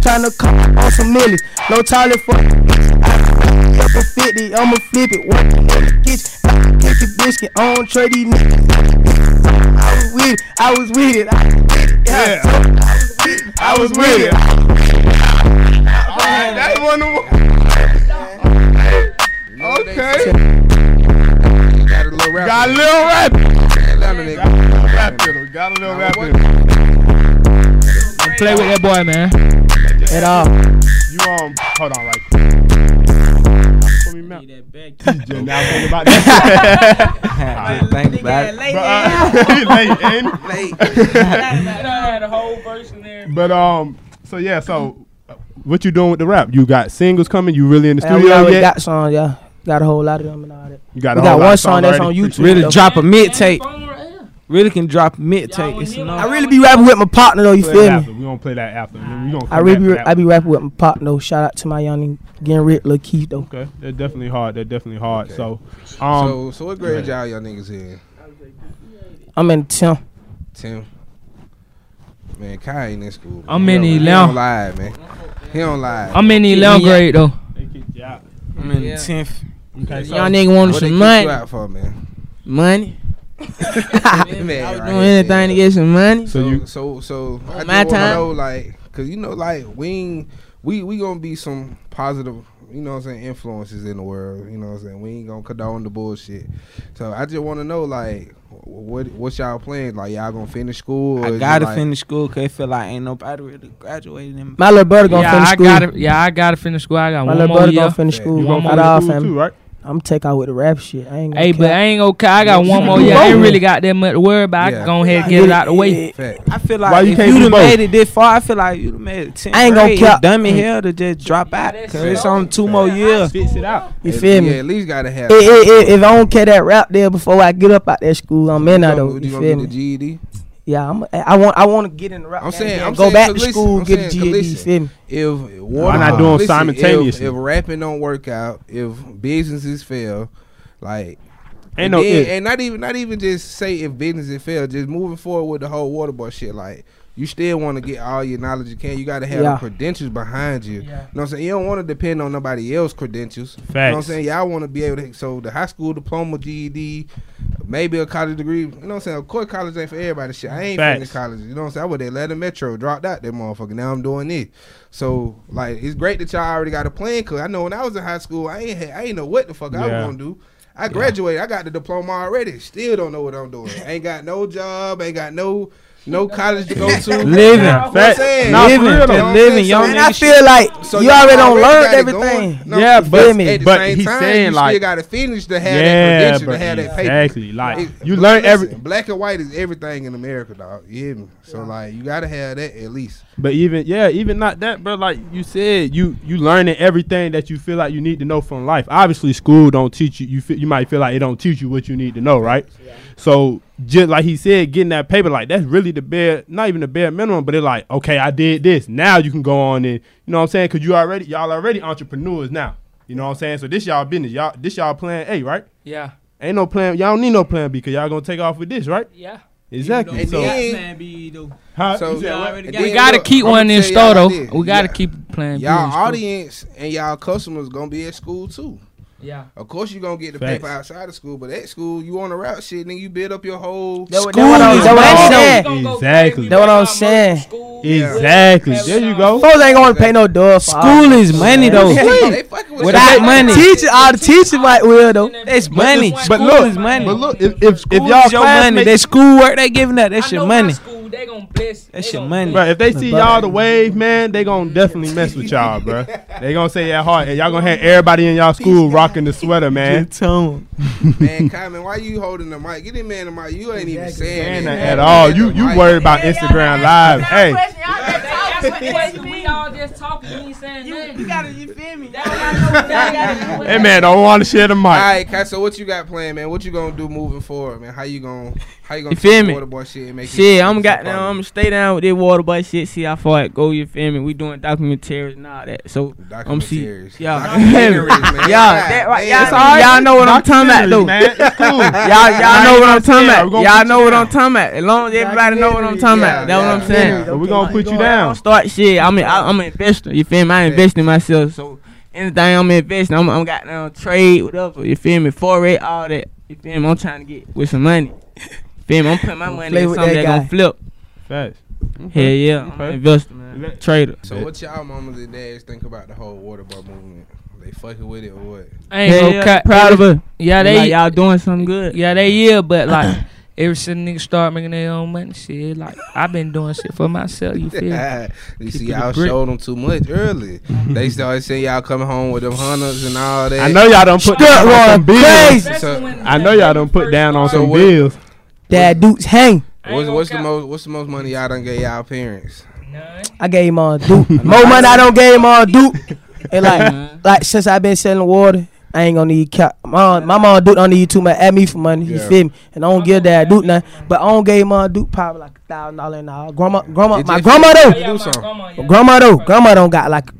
Tryna come up on some millies, no toilet for Up a 50, I'ma flip it. Work in the kitchen, I can kick the biscuit. I don't trade these niggas. I was with it, I was with it. I was with it, yeah. I was with it. I was with it.
That's one of Okay.
Got a little rap.
Got a
in it.
little rap. Got
Atlanta nigga.
a little rap in him. Got a little rap in him.
Play with that boy, man.
At all.
You um, hold on, right. quick. Put me mouth.
That back.
Just now think about that.
I didn't think about it.
But, uh, they in.
I had a whole verse in there.
But um, so yeah, so uh, what you doing with the rap? You got singles coming? You really in the
And we
studio
already
yet?
got songs, yeah. Got a whole lot of them and all that.
you got,
we
a
got
whole lot
one
of songs
song that's
already?
on YouTube.
Really
though.
drop a mid
Hey,
tape.
phone right here.
Really can drop a mid
Y'all
tape.
wanna
It's
hear
enough.
what
I really be rapping with my partner though. You
Play that
feel me?
after. We gonna play that after. We gonna
I
come
really
back
be
to
I
that.
be rapping with my partner though. Shout out to my young getting rid Lil Keith though.
Okay, they're definitely hard. They're definitely hard.
Okay.
So, um,
so, so what grade y'all y'all niggas in?
I'm in the tenth.
Tim. Man, Kai ain't in school.
I'm
man.
in
He don't-
eleven.
He don't lie, man. He don't lie.
I'm in the 11th
Yeah.
grade though.
I'm in
Yeah.
tenth.
Okay, so
Y'all nigga wanted
what they
some
kick
money.
you out for, man?
Money.
Ah,
Man,
I was
right
doing anything to get some money.
So
So
you-
you, so, so I
Oh,
my
just wanna
time.
know, like, cause you know, like, we, ain't- we, we gonna be some positive, you know, what I'm saying, influences in the world. You know, what I'm saying, we ain't gonna condone the bullshit. So I just want to know, like, wh- what, what's y'all plan? Like, y'all gonna finish school? or is
I
it
gotta
like-
finish school because I feel like ain't nobody really graduated. In
My little brother gonna
yeah,
finish
I
school.
gotta, yeah, I gotta finish school. I got
My
one
little
more
brother
year.
gonna finish
Yeah,
school.
you
Not
gonna
all
go to school
family.
too, right?
I'm take out with the rap shit. I ain't gonna
Hey, but
cap.
I ain't okay. I got
You
one
can
more
do
year. I ain't
both.
really got that much to worry about. I
Yeah.
can go ahead and get it out the way.
Fact.
I feel
Why
like
you
if
can't
you
do
done
both?
made it this far, I feel like you done made it tenth.
I ain't gonna
grade.
cap.
It's dumb in hell to just drop out.
that's
'cause it's
slow.
on two more years.
Fix it out.
You
At-
feel me?
Yeah, at least gotta have.
If, if, if I don't care that rap there before I get up out that school, I'm in
You gonna-
there though.
you gonna
You feel
get
me?
the E GED?
Yeah, I'm, I want I want to get in the rap.
I'm
game
saying-
again,
I'm
go
saying,
back
'cause
to
listen,
school,
I'm
get
saying,
a
'cause
GED. You
listen.
feel me?
If
Why
water,
not doing
listen,
simultaneously?
If, if rapping don't work out, if businesses fail, like
Ain't
and
no
then-
if.
and not even not even just say if businesses fail, just moving forward with the whole water boy shit. Like you still want to get all your knowledge you can. You got to have
Yeah.
the credentials behind you.
Yeah.
You know what I'm saying? You don't want to depend on nobody else's credentials. You know what I'm
Facts.
saying? Y'all want to be able to so the high school diploma, GED, maybe a college degree. You know what I'm saying? Of course, college ain't for everybody. Shit, I ain't
Facts.
finished college. You know what I'm saying? I would Atlanta Metro dropped out that motherfucker. Now I'm doing this. So like, it's great that y'all already got a plan. Cause I know when I was in high school, I ain't had, I ain't know what the fuck I was
Yeah.
gonna do. I graduated. I got the diploma already. Still don't know what I'm doing. ain't got no job. Ain't got no no college to go to.
Living.
Yeah,
What I'm
facts.
saying?
Nah, for
Living.
real though.
Just living,
So-
young
And
nigga
I feel like you
y'all
already done
got
learned
it
everything.
going. No,
Yeah,
you
but-
feel
but
me? at the same
he's
time,
saying,
you
like-
still got to finish to have that
Yeah,
credential, to
bro.
have that paper.
Exactly. Like
It-
you
but
learn
listen,
every.
Black and white is everything in America, dog. You hear me? So like, you gotta have that at least.
But even yeah, even not that, bro. Like you said, you you learning everything that you feel like you need to know from life. Obviously, school don't teach you. You feel, you might feel like it don't teach you what you need to know, right? So just like he said, getting that paper, like that's really the bare, not even the bare minimum, but it's like okay, I did this. Now you can go on and you know what I'm saying? Cause you already y'all already entrepreneurs now. You know what I'm saying? So this y'all business, y'all this y'all plan A, right?
Yeah,
Ain't no plan. Y'all don't need no plan B because y'all gonna take off with this, right?
yeah.
Exactly.
And
So,
then-
huh?
so-
You said what?
And
We
then,
gotta
look,
keep
I'ma
one in
tell y'all
store though.
this.
We gotta
Yeah.
keep playing.
Y'all audience and y'all customers gonna be at school too.
Yeah.
Of course, you gonna get the
Facts.
paper outside of school, but at school, you on the route shit, then you build up your whole.
That what- that what I'm-
is
that what I'm
bad.
saying.
Exactly.
That's what I'm saying.
Exactly. There you go.
Folks ain't gonna pay no dub for all
School
that.
is money though.
They fucking with
Without
y'all.
That money.
Teacher, all the teacher might will though.
It's money.
But
School
look,
is money.
but look, if if, if
School
y'all
is your money. That schoolwork they giving up, that's your money.
School, they gonna bless.
That's
they
your
gonna
money.
bro, if they see y'all the wave, man, they gonna definitely mess with y'all, bro. They gonna say that hard, and y'all gonna have everybody in y'all school rocking the sweater, man.
tone.
Man, Common, why you holding the mic? Get in man the mic. You ain't even saying
Ain't
that
nothing at all. You you worried about Instagram Live? Hey,
That's what question we all just talking. We ain't saying nothing. You gotta, you feel me?
hey, man, don't want to share the
All
mic.
right, Kai, so what you got planned, man? What you gonna do moving forward, man? How you gonna how you gonna
You feel
take
me?
water boy shit and make
Shit,
it-
I'm
make it
got
something?
now. I'm stay down with this water boy shit. See how far it go. You feel me? We doing documentaries and all that. So I'm see.
Documentaries.
Yeah,
Documentaries, man. God
yeah. That, right,
damn.
y'all, y'all know what I'm talking about though.
man. It's cool.
Y'all, y'all know what I'm talking
Yeah, we
about.
gonna
Y'all
put
know
you
what
down.
I'm talking about. As long as everybody know what I'm talking
Yeah,
about, that's what I'm
yeah,
saying.
yeah.
But we gonna put you
I
down.
don't start shit. I mean, I, I'm an investor. You feel me? I invest in myself. So anything I'm investing, I'm, I'm got down trade, whatever. You feel me? Foray, all that. You feel me? I'm trying to get with some money. You feel me? I'm putting my money
play
in
with
something
that
that gonna
guy.
flip.
Facts.
Hell yeah, I'm an
Okay.
investor, man.
Let-
Trader.
So what y'all mamas and dads think about the whole water boy movement? They fucking with it or what?
I ain't
Hell
gonna
yeah,
cut.
proud of her.
Yeah,
They,
they.
like, y'all doing something good.
Yeah, they yeah, but like ever since niggas start making their own money, shit, like I've been doing shit for myself. You feel? me?
you
Keep
see,
it a
y'all
brick.
showed them too much early. they started saying y'all coming home with them hunters and all that.
I know y'all done put down on some bills.
crazy.
So-
I know y'all done put down on
So
some
what-
bills.
That dudes hang.
I ain't
What's,
gonna
what's the
cap.
most? What's the most money y'all done gave y'all parents?
I gave him all Duke. More money I don't gave him all Duke. And like, like since I've been selling water, I ain't gonna need cap. My my mom Duke don't need too much at me for money. You
Yeah.
feel me? And I don't give that Duke nothing. But I don't gave my Duke probably like a thousand dollar an hour. Grandma, grandma,
It
my
just-
grandma
You
though,
do something.
grandma though, grandma don't got like.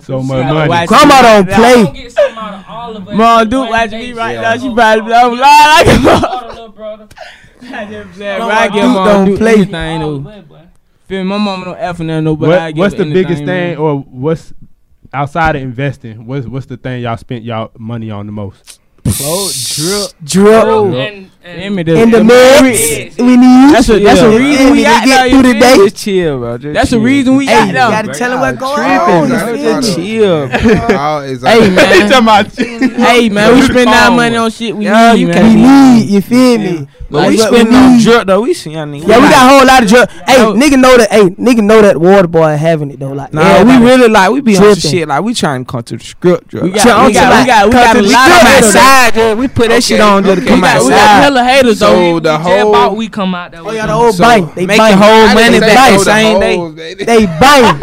So much money.
Grandma don't play.
get something out of all of us.
Mom,
in
Duke
one
watching
day.
me right
Yeah.
now. She probably be like, I'm lying like a
All
mother.
the little brother.
Bro, I give
Duke
Mom
don't
Duke
play.
anything,
All the
though.
way, boy.
Feel me? My mama don't F nothing, though, but I
What,
give
what's
her
the biggest
anything,
thing,
man.
or what's outside of investing? What's what's the thing y'all spent y'all money on the most?
Clothes,
And,
Drill
drip.
and
Feel me?
in the mix. We need.
That's a- that's a reason we
need to
out there,
get through
you
the
feel me?
day.
Just chill, bro. Just
That's the
chill.
reason we
Hey,
out
you
there.
gotta tell him what's going
tripping.
on.
That's
You feel
what
me?
I
Just chill.
Oh,
Hey,
exactly.
They talking
man.
about-
hey, man. We spend our money on shit we
Yeah,
need,
you
man.
We
can't-
need, you feel me?
But we
Like,
spending on
need.
drip though. We see y'all niggas.
Yeah, we got a whole lot of drug. Hey,
Yo.
nigga know that. Hey, nigga know that water boy having it though. Like,
Nah,
yeah,
we really like we be on
Dripping.
some shit like we trying to come to the script. Drip.
We got,
Like,
Chill,
we got, we got, we got a
we
lot
come
of haters.
outside. Drip. We put that shit on just to
okay.
come
We got, we got
outside.
hella haters,
So
though.
the
Jed
whole
bought, we come out that
Oh
way.
yeah, the old
So,
bank. They
Make
bang.
the whole money
They
back
know the
same day.
hoes, baby.
They bang.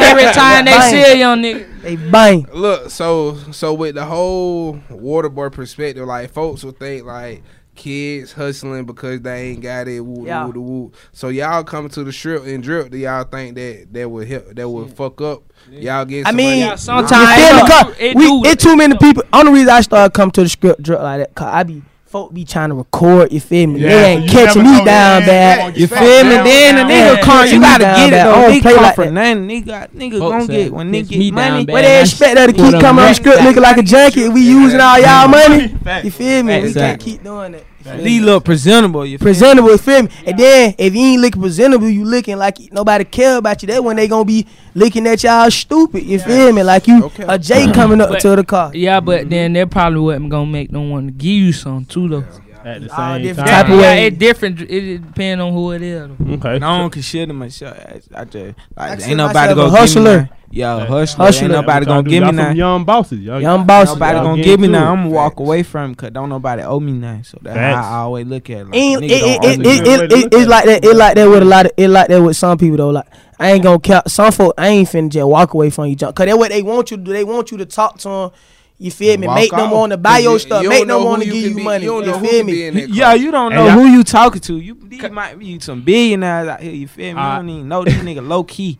Every time they
Bang.
see a young nigga,
they bang.
Look, so so with the whole waterboy perspective, like folks will think like kids hustling because they ain't got it. Woo,
Yeah.
woo, woo, woo. So y'all coming to the strip and drip? Do y'all think that that would help? That would fuck up? Y'all get?
I mean,
somebody-
Yeah,
sometimes
you feel me?
it
Cause
do- it
we,
do
it too many people. Only reason I started coming to the script drug like that, cause I be folk be trying to record. You feel me?
Yeah,
they
you
ain't
never
catching me
know,
down
man.
bad.
You
You
feel
feel
Feel me? Then the
Yeah.
nigga come.
Yeah.
You gotta
Yeah.
get it
Yeah.
though.
Don't
They
play
come
like
for
that.
nothing. Nigga, nigga
Folks
gonna
said,
get when
puts
nigga
me
get
down
money.
bad.
What they
I
expect her to
pulled
keep
a
coming on
rack
script looking like a junkie? We using all y'all money. You feel me? We can't
Exactly.
keep doing that. You feel me?
These look presentable. You feel me?
presentable, you feel me? And then if you ain't looking presentable, you looking like nobody care about you. That when they gonna be looking at y'all stupid, you feel me? Like you
Okay.
a J coming up
But-
to the car.
yeah, but then they probably wasn't gonna make no one to give you something too though.
At the
All
same
different
time.
type of
yeah,
way.
it different. It, it depend on who it is. though.
Okay.
I don't consider myself. I, I just like
Consider
ain't nobody
myself
gonna
a
give
hustler.
me. Yo,
Yeah.
hustler.
Hustler.
Ain't
That's
nobody
what y'all
gonna
do.
give me
Y'all some
nothing.
Young bosses. Y'all,
Young boss,
Nobody
Y'all
gonna
getting
give me
through
nothing. I'm gonna
it.
walk
Facts.
away from because don't nobody owe me nothing. So that's
Facts.
how I always look at it. Like,
Ain't-
nigga
it, it,
don't owe
it,
me
it,
nothing.
Way
it,
to
it,
look at
it's
it.
like that. It like that with a lot of. It like that with some people though. Like I ain't gonna count. Some folk I ain't finna just walk away from you, junk. Cause that what they want you to do. They want you to talk to them. You feel me?
Walk
make them
off.
want to buy your
You-
stuff.
you
make
don't
them
know
want
who
to give
can
you
be-
money. You,
don't know who
feel
can be
me?
in that
Yeah,
club.
you don't
Hey,
know
y'all-
who you talking to. You these might be some billionaires out here. You feel me?
I-
you don't even know these nigga low key.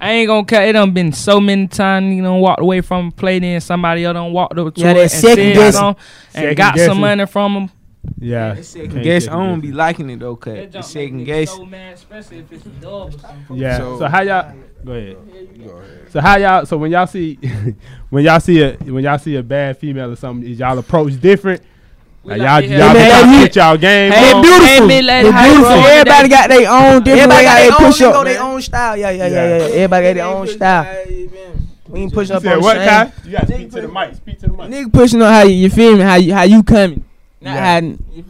I ain't gonna care. It done been so many times you done walked away from a play, then somebody else done walked up to
Yeah,
it
that
and
second
said
guessing.
something
Second
and got
guessing.
some money from them.
yeah.
That second
Can't
guess.
second
I don't
guess
be
it.
liking it though, cause
That
the
jump
second
make me
guess.
So mad, especially if it's dub or something.
Yeah. So,
So-
how y'all? Go ahead.
Go ahead.
So how y'all? So when y'all see, when y'all see a when y'all see a bad female or something, is y'all approach different?
We
Like
like
y'all
to
y'all
hear
y'all
that.
try to
Hey,
get y'all game
Hey,
on.
beautiful.
Hey, me lady,
They
how you
beautiful.
doing?
Everybody got their own different
Everybody
way
got
how they
their own
push
lingo,
up.
they
Their own style. Yeah, yeah, yeah, yeah.
Yeah.
yeah. Everybody got their own style. We ain't pushing
You
up on
said
the
what,
same.
Kai? You gotta speak to the mic. Speak to the mic.
Nigga pushing on how you, you feel me? How you, how you coming? Not
Yeah.
how you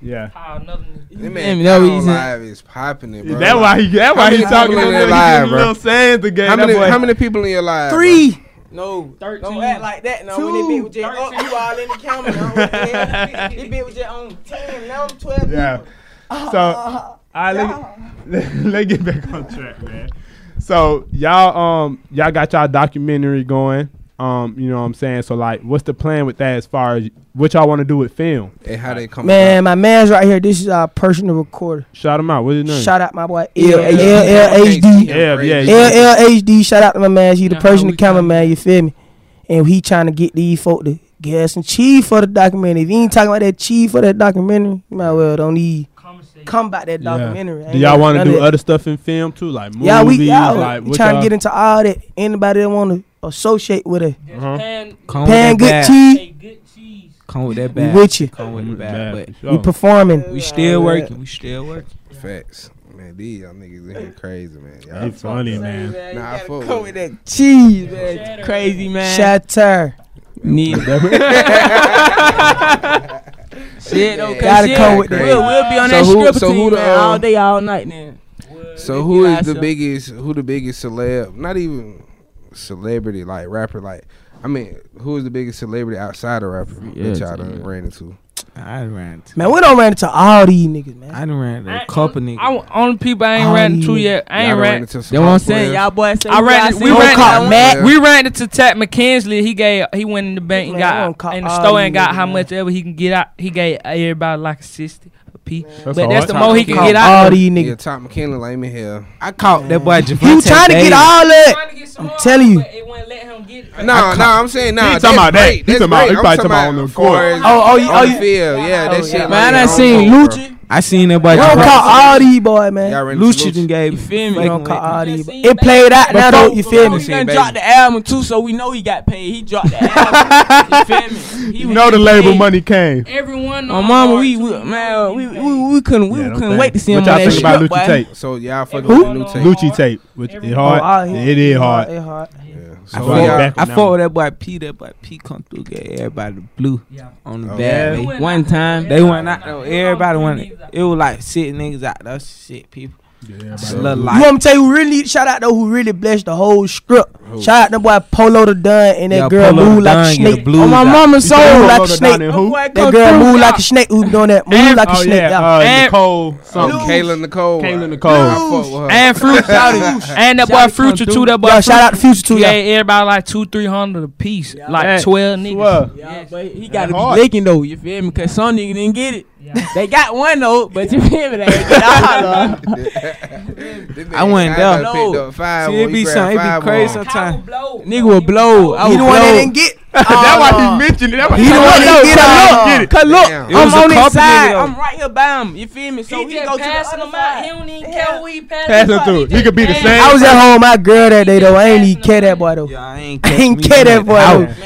Yeah.
How another nigga-
feel
That
me.
man,
That
Kyle
reason.
live is popping it, bro.
That's why he. That's why
How
he
many
talking
people
about
in
little,
that live,
live,
bro?
little sayings to game.
How many,
that boy.
how many people in your life?
Three.
No,
13.
don't act like that. No, when they bit was just up, you uh, all in the camera. No, this bit was just on ten. Now I'm twelve.
Yeah. So I let, let get back on track, man. So y'all um y'all got y'all documentary going. Um, you know what I'm saying? So like what's the plan with that as far as what y'all want to do with film?
And how they come?
Man, my man's right here. This is our personal recorder.
Shout them out. What's his name?
Shout out my boy
Yeah,
L
yeah, yeah.
L H
Okay,
D.
yeah,
Yeah,
crazy.
yeah, yeah.
L L H D. Shout out to my man. He the
Now, how
personal
we coming?
cameraman. You feel me? And he trying to get these folk to get us some cheese for the documentary. If you ain't talking about that cheese for that documentary, you might well don't need
Conversation.
come about that
Yeah.
documentary.
Do y'all want to do other stuff in film too, like movies?
Yeah, we yeah,
like
we
what
trying to
y'all-
get into all that. Anybody that want to associate with us,
Uh-huh.
Pan,
Come
pan
with
good
that bag.
cheese,
a good cheese.
Come with that
we
bag.
with you.
Come with the
Yeah,
bag.
for
But
sure.
We performing.
we still
Yeah.
working. We still working.
Facts. Man, these y'all niggas in here crazy, man. Y'all
It's funny, man.
Nah, I fuck
Come
with
with that cheese, man. Crazy man.
Shatter.
Need shit. Okay,
Gotta
shit.
come with that.
Oh, We'll, we'll be on
So
that
who-
stripper
so
team
who the,
man,
uh,
all day, all night. Then
So who
Yeah,
is the
so-
biggest? Who the biggest celeb? Not even celebrity, like rapper. Like I mean, who is the biggest celebrity outside of rapper that y'all done ran into?
I done ran to.
Man, we don't ran into all these niggas, man.
I done ran
I
to a
ain't-
couple niggas.
I wa- only people I ain't
Oh,
ran
yeah.
to yet. I ain't ran.
That's what I'm saying. Y'all boys say
I
Oh,
ran. We
Don't call
ran.
Matt.
We ran into Tat McKinsley. He gave. He went in the bank and
Man, I don't
got
call
in the
all
store
you
and got
niggas,
how
man.
much ever he can get out. He gave everybody like a sixty a p.
That's
but
all
that's
right.
the more he
Top
can
McKinley.
get
all
out.
these
Yeah,
niggas.
Top McKinley lame in here.
I caught that boy Javante
You trying to
Davis.
get all that?
I'm
telling you.
It wouldn't let him get it.
No, no, I'm saying no.
He talking about that. He talking about- he probably talking about on the court.
Oh, oh, you- oh,
on the
you-
field. Yeah, that
Oh,
shit.
yeah.
Man, I
lame.
done seen
don't know,
Lucci.
I seen that boy
You don't call
Javante.
all these boy, man.
Y'all ready to
Lucci
Lucci.
done
You
gave.
feel me?
You don't call all these.
Seen
It played out now, though. You feel
Before
me?
He done
Baby.
dropped the album too, so we know he got paid. He dropped the album. you feel me? He
You
was
know the
getting
label
paid.
money came.
Everyone.
My
on
mama,
board
we,
too,
we
you know,
man, we,
he
we,
paid.
we couldn't we
Yeah, don't
couldn't
think-
wait to see him
What
on
y'all
that
think about
strip,
Lucci
boy.
Tape?
bro. So y'all fucking
Who?
with the new tape.
Lucci tape. Which it
Everyone-
Oh, all
hard.
here.
It is hard.
It hard.
Yeah.
I
I
So
fuck with
fought,
that
y'all,
one
I
now.
fought with that boy P. That boy P come through, gave everybody the blue
Yeah.
on the
Oh,
back.
yeah.
They-
We
One time,
They went out though. Everybody went. It was like six niggas out. That shit, people. It's a little
You
light.
want me to tell you who really need shout out though who really blessed the whole script.
Who?
Shout out the boy Polo the Dunn and that
Yeah,
girl
Polo
move like a
Dunn, yeah,
snake.
blues
On my
out.
mama's soul like a snake.
And who?
That girl move like a snake who be doing that. Move like a
oh,
snake.
yeah.
Yeah.
Uh,
And-
Nicole. Something.
Oh, Kayla Nicole.
Kayla
I-
Nicole.
I fuck with her.
And fruit, and that boy
Shawty come
fruit too.
through.
That boy
Yo, shout
Fruit-
out to Future too.
Yeah,
Yeah.
everybody like two, three hundred a piece. Like
That-
twelve niggas.
Swear.
Yeah,
Yes.
but he gotta
hard.
be licking though. You feel me? Cause some nigga didn't get it.
Yeah.
They got one though, but you feel me? They ain't get all of them.
I
I went down.
Picked
No.
up five.
See,
when
it be
he grabbed
something. It
five
be crazy
on.
sometimes.
Nigga will blow. I
He
was
the one that didn't
blow.
get.
That's why he mentioned it. That's why
He the one that get
Look,
it.
get it.
Cause look,
Damn.
It
I'm
was a
on his
couple
side.
niggas.
I'm right here by him. You feel me? So
he
he,
just
go to the
passing
other
them out. He
side.
don't even
Yeah.
care who he passing.
Pass him
fuck,
through. He could be the
just
same.
I was at home with my girl that day though. I ain't even care that boy though.
Yeah, I ain't
I
catch
ain't
me
care that
at the
boy though.
house.
I was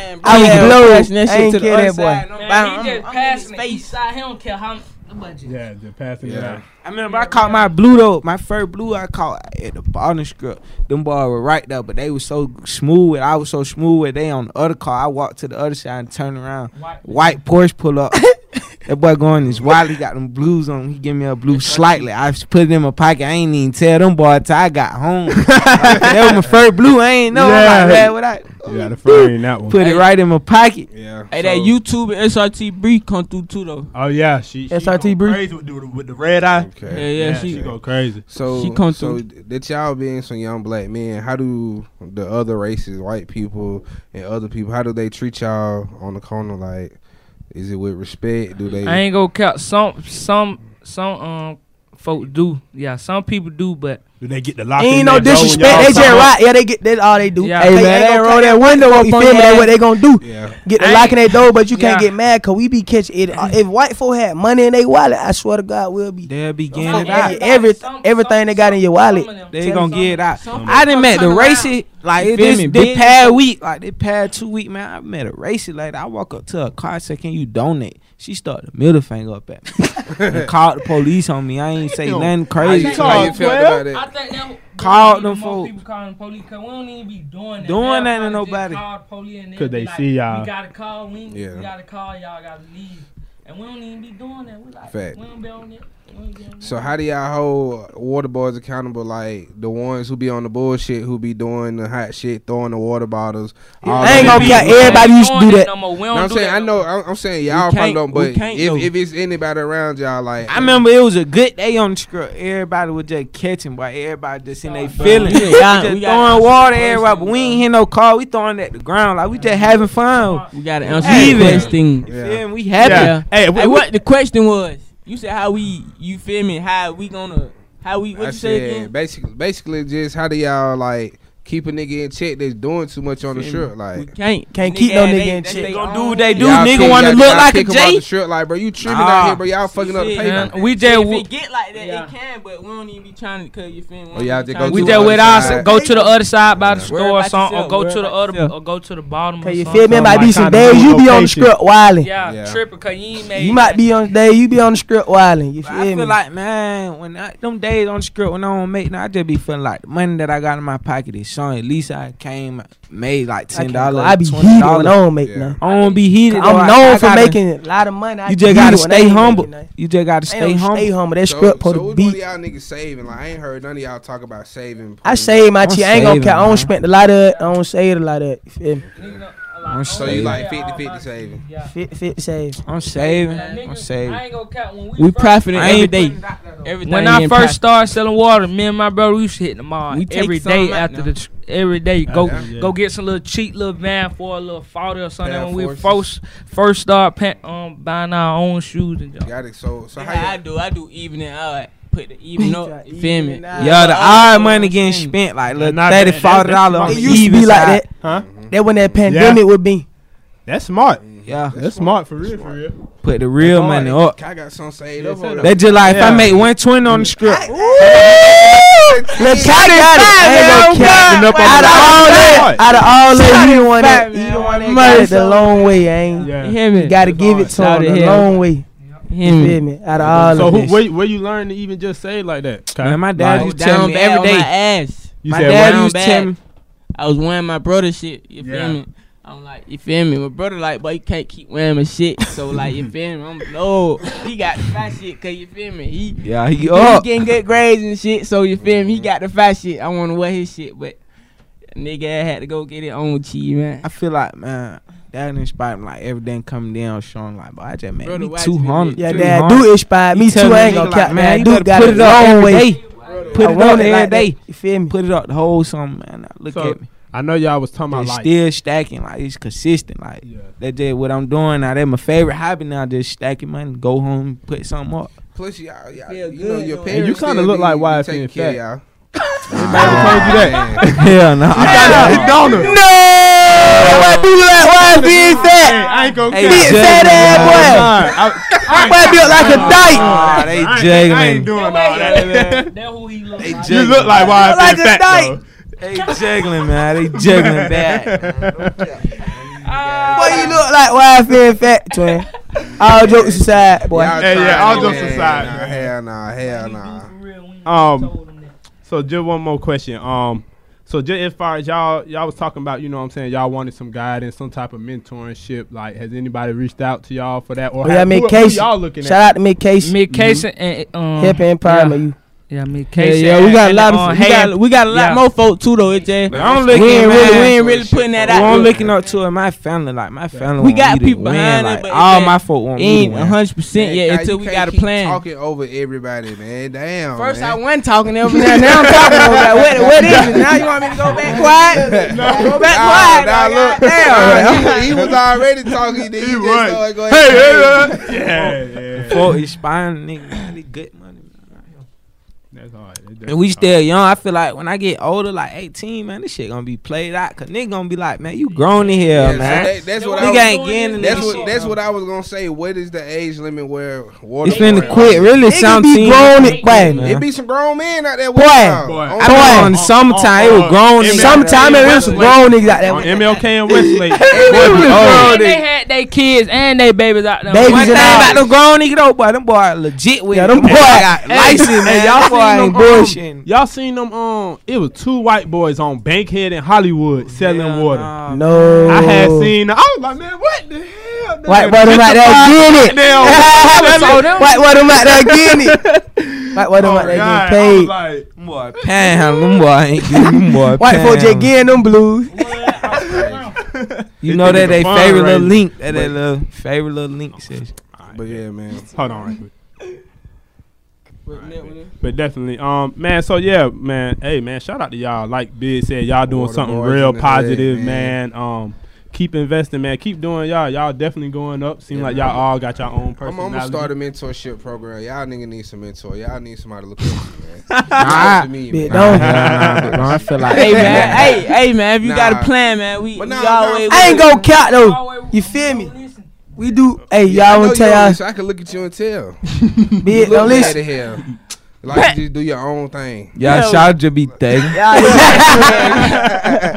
blown. I ain't care that boy.
Man, he just passing the east side. He don't care how the budget.
Yeah, they're passing it
Yeah.
out.
I remember I caught my blue though, my first blue I caught at the bottom script. Them boys were right there, but they was so smooth and I was so smooth and they on the other car. I walked to the other side and turned around.
White-
White Porsche pull up. that boy going his Wiley got them blues on. He give me a blue slightly. I just put it in my pocket. I ain't even tell them boy till I got home. that was my first blue. I ain't know. I'm like,
Yeah.
man, what I
You got a frame that one.
put it right in my pocket.
Yeah.
Hey,
so-
that YouTube and SRT Bree come through too though.
Oh yeah, she. she
SRT
go
Bree.
Crazy with the, with the red eye.
Yeah,
Okay.
yeah,
Yeah,
she.
she go crazy.
So
She come
so
through.
that y'all being some young black men, how do the other races, white people and other people, how do they treat y'all on the corner? Like, is it with respect? Do they?
I ain't gonna count. Some some some um folk do. Yeah, some people do, but
Do they get the lock? in
Ain't no
their door when
disrespect.
y'all
They just
come up?
right. Yeah, they get that's all they do.
Yeah.
They
Hey,
ain't
man,
gonna
they
roll
roll
that window up. You
up
feel
on
me? That's
your
what they gonna do.
Yeah.
Get the
Ain't-
lock in their door, but you can't
Yeah.
get mad because we be catching it. Uh, If white folk had money in their wallet, I swear to God, we'll be.
They'll be
some-
getting it
Yeah.
out.
everybody-
Every-
some-
everything
some-
they got in your wallet.
some of them.
They gonna get it out.
Some-
I done met the
Turn around.
racist like
You feel
this
me,
this
bitch?
past week, like this past two week, man. I met a racist lady. I walk up to her car, I say, "Can you donate?" She started the middle finger up at me. and called the police on me. I ain't say
Damn.
nothing
How
crazy.
you, how you
Like,
felt about
I
that?
think that
Call
that
them
more
folk.
People calling the police 'cause we don't even be doing that.
Doing that to
Everybody
nobody.
just call the police and
'Cause
be
they
like,
see y'all.
We gotta call. We,
Yeah.
we gotta call. Y'all gotta leave. And we don't even be doing that. We like
Fact.
we don't be on it. We don't be on it.
So how do y'all hold water boys accountable? Like the ones who be on the bullshit, who be doing the hot shit, throwing the water bottles. all
I ain't
that
gonna
shit.
care. Everybody used to do that.
No more. We
No,
don't
I'm
do
saying
that
I
no
know.
more.
I'm, I'm saying y'all probably
can't-
don't.
we
But
can't
if,
though.
if it's anybody around y'all, like
I remember it was a good day on the scrub. Everybody was just catching, but everybody just in their feelings.
we got-
just
we got
throwing
answer
water
the
everywhere,
question,
but we ain't
bro.
hit no car. We throwing it at the ground like we just having fun.
We gotta answer
Hey,
the
man.
question.
You
Yeah.
feel me? We
Yeah.
happy.
Yeah.
Hey, what,
Hey, what the question was? You said how we, you feel me? How we gonna, how we? What
I
you say
said,
again?
basically, basically, just how do y'all like keep a nigga in check that's doing too much on the
Feel me?
strip?
We
Like,
can't,
Can't keep no nigga in check.
They
They
gonna
gonna
do
do
what
what
they
they
do.
do.
y'all
nigga
pick-
wanna
y'all-
look
y'all
like a
pick 'em off
J?
The strip, like, bro, you tripping
Nah.
out here, bro. Y'all fucking
You
up the
see,
pavement.
We
If
just
it get like that,
Yeah.
it can, but we don't even be trying to, cause you feel me?
Oh, y'all just go
We
to
just
the
with
other
us
side.
go to the other side by the
Yeah.
store or
Worry
something,
about
or go
yourself.
to the
Worry about
other, or go to the bottom.
Cause
or
you
something.
feel me? It might be
like
some
kinda
days you be on
location.
the script wildin'.
Yeah,
Yeah.
tripping cause you ain't made.
You might be on day you be on the script wildin'. You
But I
feel
feel
me?
like man, when I, them days on script when I don't make, nothing, I just be feeling like the money that I got in my pocket is showing. At least I came made like
I
ten
can't go.
dollars,
I be
twenty
heated when I
dollars.
don't make
Yeah.
nothing.
I don't be heated. though. I-
I'm known
I
for
gotta-
making a lot of money. I be
You just
heated
gotta
when I
stay
ain't
humble.
making nothing.
You just gotta
Ain't no
stay humble.
Stay humble. That
So,
script
so
supposed
who
to
one of
be.
y'all niggas saving? Like, I ain't heard none of y'all talk about saving.
I save my
I'm
cheat. I ain't gonna
saving,
care. I don't
man.
spend a lot of it. I don't save a lot of it. You feel me?
Nigga,
I I'm
So you
saving.
like 50-50 saving.
Yeah.
Fit, fit, save.
I'm saving.
Now,
I'm
nigga, I
saving.
ain't gonna count when we
We
first-
profiting
I ain't
every day.
putting
Everything
When I
getting
first
profit.
started selling water, me and my brother we used to hit the mall
We take
every
some
day
out
after
now.
the tr- every day. Go
yeah.
go get some little cheap little van for a little fodder or something.
Pair
when we
forces.
first first start pa- um, buying our own shoes and junk.
Got it. So so
Like I
how you
do. I do evening out. Put the evening up. You feel me?
Yeah, the odd money
game.
getting spent like little
Nah,
thirty,
that- that-
forty dollars on
that-
the
It used to
even
be like
side.
that.
Huh?
That when that pandemic would be.
That's smart.
Yeah,
That's smart for real, for real.
put the real money up.
Oh, I got some saved up. over
That just like if
Yeah.
I make one twenty on the strip.
Let's got it.
cap.
Up on
Out
the-
of all that,
Smart.
out of all that, you the one that,
man.
you the one that got it the long way, ain't. you?
Yeah.
You hear me?
You gotta give it to
Out
him
of
the
hell.
long way.
You hear
You
me?
feel me? Out of all
So
of
who,
this.
where, where you learn to even just say it like that? Kai?
Man, my dad
Like,
I was
used to tell
down
me
bad
every
on my
day.
ass.
you
My
said
dad
what?
down
used to
bad.
tell me.
I was wearing my brother shit. You feel
Yeah.
me? I'm like, you feel me? My brother like, boy, you can't keep wearing my shit. So like, you feel me? I'm no. He got the fat shit, cause you feel me? He
Yeah, he
He's
up.
getting good grades and shit, so you feel me? He got the fat shit. I want to wear his shit, but nigga had to go get it on G, man.
I feel like man, that inspired me. Like everything coming down, showing like, but I just made
Brother,
me
why
two
you
hundred.
been
Yeah, dad, do inspired me too.
Tell
I
me,
ain't gonna
nigga,
cap,
like,
man.
you
Dude
better
got
put
it
it
the
up
long
every
way.
day. Put
I
it
want it
up every
like
day.
that. You feel me?
Put it up the whole something, man. Now Look
So,
at me.
I know y'all was talking about
It's
like.
still stacking. Like it's consistent. Like
Yeah.
that just what I'm doing now. That my favorite hobby now. Just stacking money. Go home, put something up.
Plus, y'all, y'all
Feel
you know
good,
your
though.
parents.
And you kinda
still
look
be-
like
be
YFN
taking care
fat.
of y'all.
Everybody told you that.
Man,
Hell no.
Hey, Donald.
No, why do that? Why being
Hey,
fat?
I ain't gonna
Hey,
cap.
Bitch, fat ass boy. Why built like a dyke?
Ah, they
I ain't- I ain't
juggling.
doing all that.
That who he look
They
like.
You look like
Look like
YFN
a
fat
dyke.
though.
They juggling, man. They juggling bad.
Boy, you look like why being fat, twin. All jokes aside, boy.
y'all
Hey, yeah,
trying,
all jokes
man.
aside,
Nah,
man.
hell nah, hell nah.
Um, so just one more question. Um, so just as far as y'all y'all was talking about, you know what I'm saying, y'all wanted some guidance, some type of mentorship. Like, has anybody reached out to y'all for that? Or
Oh, yeah,
have-
Mick
who- who
Casey.
y'all looking
Shout
at?
out to Mick Casey.
Mid Casey and um,
Hip and Prime, you.
yeah, yeah, mid
Mm-hmm. Yeah,
Casey.
yeah, we got a
and,
lot
um,
of we
Ham.
got we got a lot
Yeah.
more folk too though. It's just
Man, I'm
we
looking,
ain't really we
man.
ain't really putting that out.
Well, I'm
there.
looking up to it. My family, like my family,
We
want
got
me to
people
win,
behind it,
like,
but
all
it
my folk want me
ain't
to
a
win.
hundred percent
Man,
yet
Kai,
until
you
we
can't
got a
keep
plan.
Talking over everybody, man. Damn.
First I
man.
wasn't talking to him. Now, now I'm talking over that. What, what is it? Now you want me to go back quiet? Go back quiet.
Nah,
dog.
nah, look.
Goddamn.
Nah, he, he was already talking. Then he,
He
just
was.
started going.
Hey, hey, hey. yeah, yeah.
Folk inspiring nigga, man, they good money. man.
That's hard.
And we still young. I feel like when I get older, like 18, man, this shit gonna be played out. Cause nigga gonna be like, man, you grown in here,
Yeah, so
man.
that- that's what I
nigga
was
ain't getting in
That's
this
what
shit.
that's what I was gonna say. What is the age limit where water?
It's finna
boy-
quit. Really,
Nigga
something.
be grown it, boy.
man.
It be some grown men out there.
Boy.
Boy,
on
I know in
on-
the summertime,
on-
it
on-
was grown.
on-
niggas.
Sometime it is some grown niggas out there.
on MLK and Westlake.
And they had their kids and they babies out there.
Babies
One
and
thing
all.
about them grown nigga though, boy, them boy are legit with
Yeah,
it.
them boy-
got license,
Hey,
man.
y'all
Y'all boy
seen
ain't
them, um,
bullshitting.
Y'all seen them on? It was two white boys on Bankhead in Hollywood selling
Hell
water.
nah, man.
No.
I had seen. I was like, man, what the hell?
White boy, Oh. them out there getting it.
Damn.
White boy, them out there getting it. White boy, them
Oh,
out there getting paid.
like,
Them boy panhandling. Them boy ain't getting them boy
White folks just
panhandling.
getting them blues.
You
They
know
think it's
that they
a
favorite little
fundraiser.
link. That they little favorite little link says.
But yeah, man.
hold on. right quick. But definitely, um, man. So yeah, man. Hey, man. Shout out to y'all. Like Big said, y'all doing
Water
something
boys
real
in the
positive,
hood,
man.
man.
Um, keep investing, man. Keep doing y'all. Y'all definitely going up. Seem
Yeah,
like
man.
y'all all got your own
I'm,
personality.
I'm gonna start a mentorship program. Y'all nigga need some mentor. Y'all need somebody to look up to, man.
Nah,
Look up to me,
Bitch,
man.
don't.
nah, bro, I feel like
Hey man, hey, hey man, if you got
Nah.
a plan, man, we,
But
we
nah, nah,
always
I ain't gonna cap though. You feel me? We do. Hey,
I know
y'all want
you
to tell
don't
y'all?
listen. I can look at you and tell.
Bitch, don't
Look at
listen.
the hell. Like just do your own thing.
y'all shout just be thinking.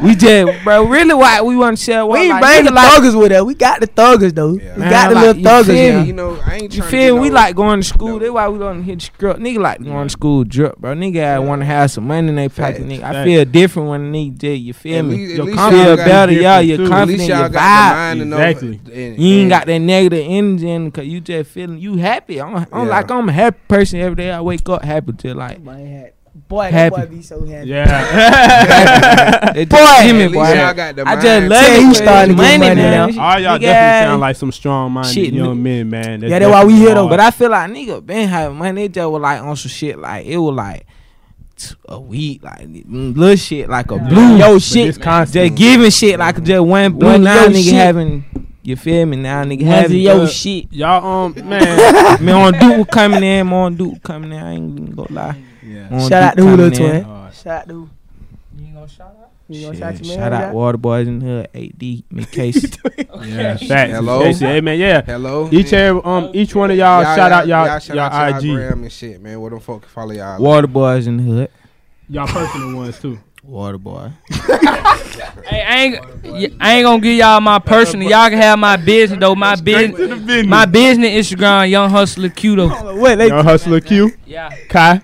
We just, bro, really why we want to sell
We
water?
ain't
like,
bring the
nigga, like,
thuggers with us. We got the thuggers though.
Yeah.
We
Man,
got the
like,
little
you feel
thuggers.
me?
You know, I ain't. trying
You
to
feel
get
me? We
no-
like going to school.
No.
That's why we don't hit script. Nigga like going to school drip, bro. Nigga want to have some money in their pocket.
Facts.
Nigga, I
Facts.
feel different when nigga did. You feel
At
me?
least- at
Your
least
confidence
y'all got
feel better, y'all.
different
Your
too. At
At least
confident, your
y'all got the
vibe.
mind to know.
Exactly.
and-
You ain't
and-
got that negative energy in cause you just feeling you happy. I'm, I'm
Yeah.
like I'm a happy person every day. I wake up happy to like
Boy,
Happy.
that boy be so happy.
Yeah.
They just-
Boy,
Jimmy,
At
boy.
least y'all got the
I just
mind.
love
Yeah,
it.
you
for
starting to get
his
money now.
All y'all
Nigga,
definitely sound like some strong minded
Shit,
young men, man.
Yeah, that's why we
definitely
here, though,
hard.
But I feel like nigga been having money. They just was like on some shit like it was like t- a week, like mm, little shit, like a blue yo shit.
it's constant.
Just giving shit like just one blue.
One
now
yo
nigga
shit.
having you feel me? Now nigga
One's
having
yo
uh,
shit.
y'all um man.
Man, on Duke coming in, man, on Duke coming in. I ain't even gonna lie.
yeah.
On
Shout out
Duke
to Hulu
coming
Twin.
in. Oh.
Shout out to
You ain't gonna shout out?
you gonna
Shit,
shout out to man.
Shout out
Jack?
Water Boys in the Hood, AD, Mick Casey.
yeah. Facts.
Hello?
Facts. Yeah, man. Yeah.
Hello.
Each every, um each one of y'all, shout out y'all
shout out
y'all,
to
IG.
Gram and shit, man. Where them folk follow y'all?
Water Boys in the Hood.
Y'all personal ones too.
Water Boy.
Hey, I ain't, y- I ain't gonna give y'all my personal. Y'all can have my business though. My business, my business Instagram, Young Hustler Cuto.
What they
Young Hustler Q,
Yeah,
Kai.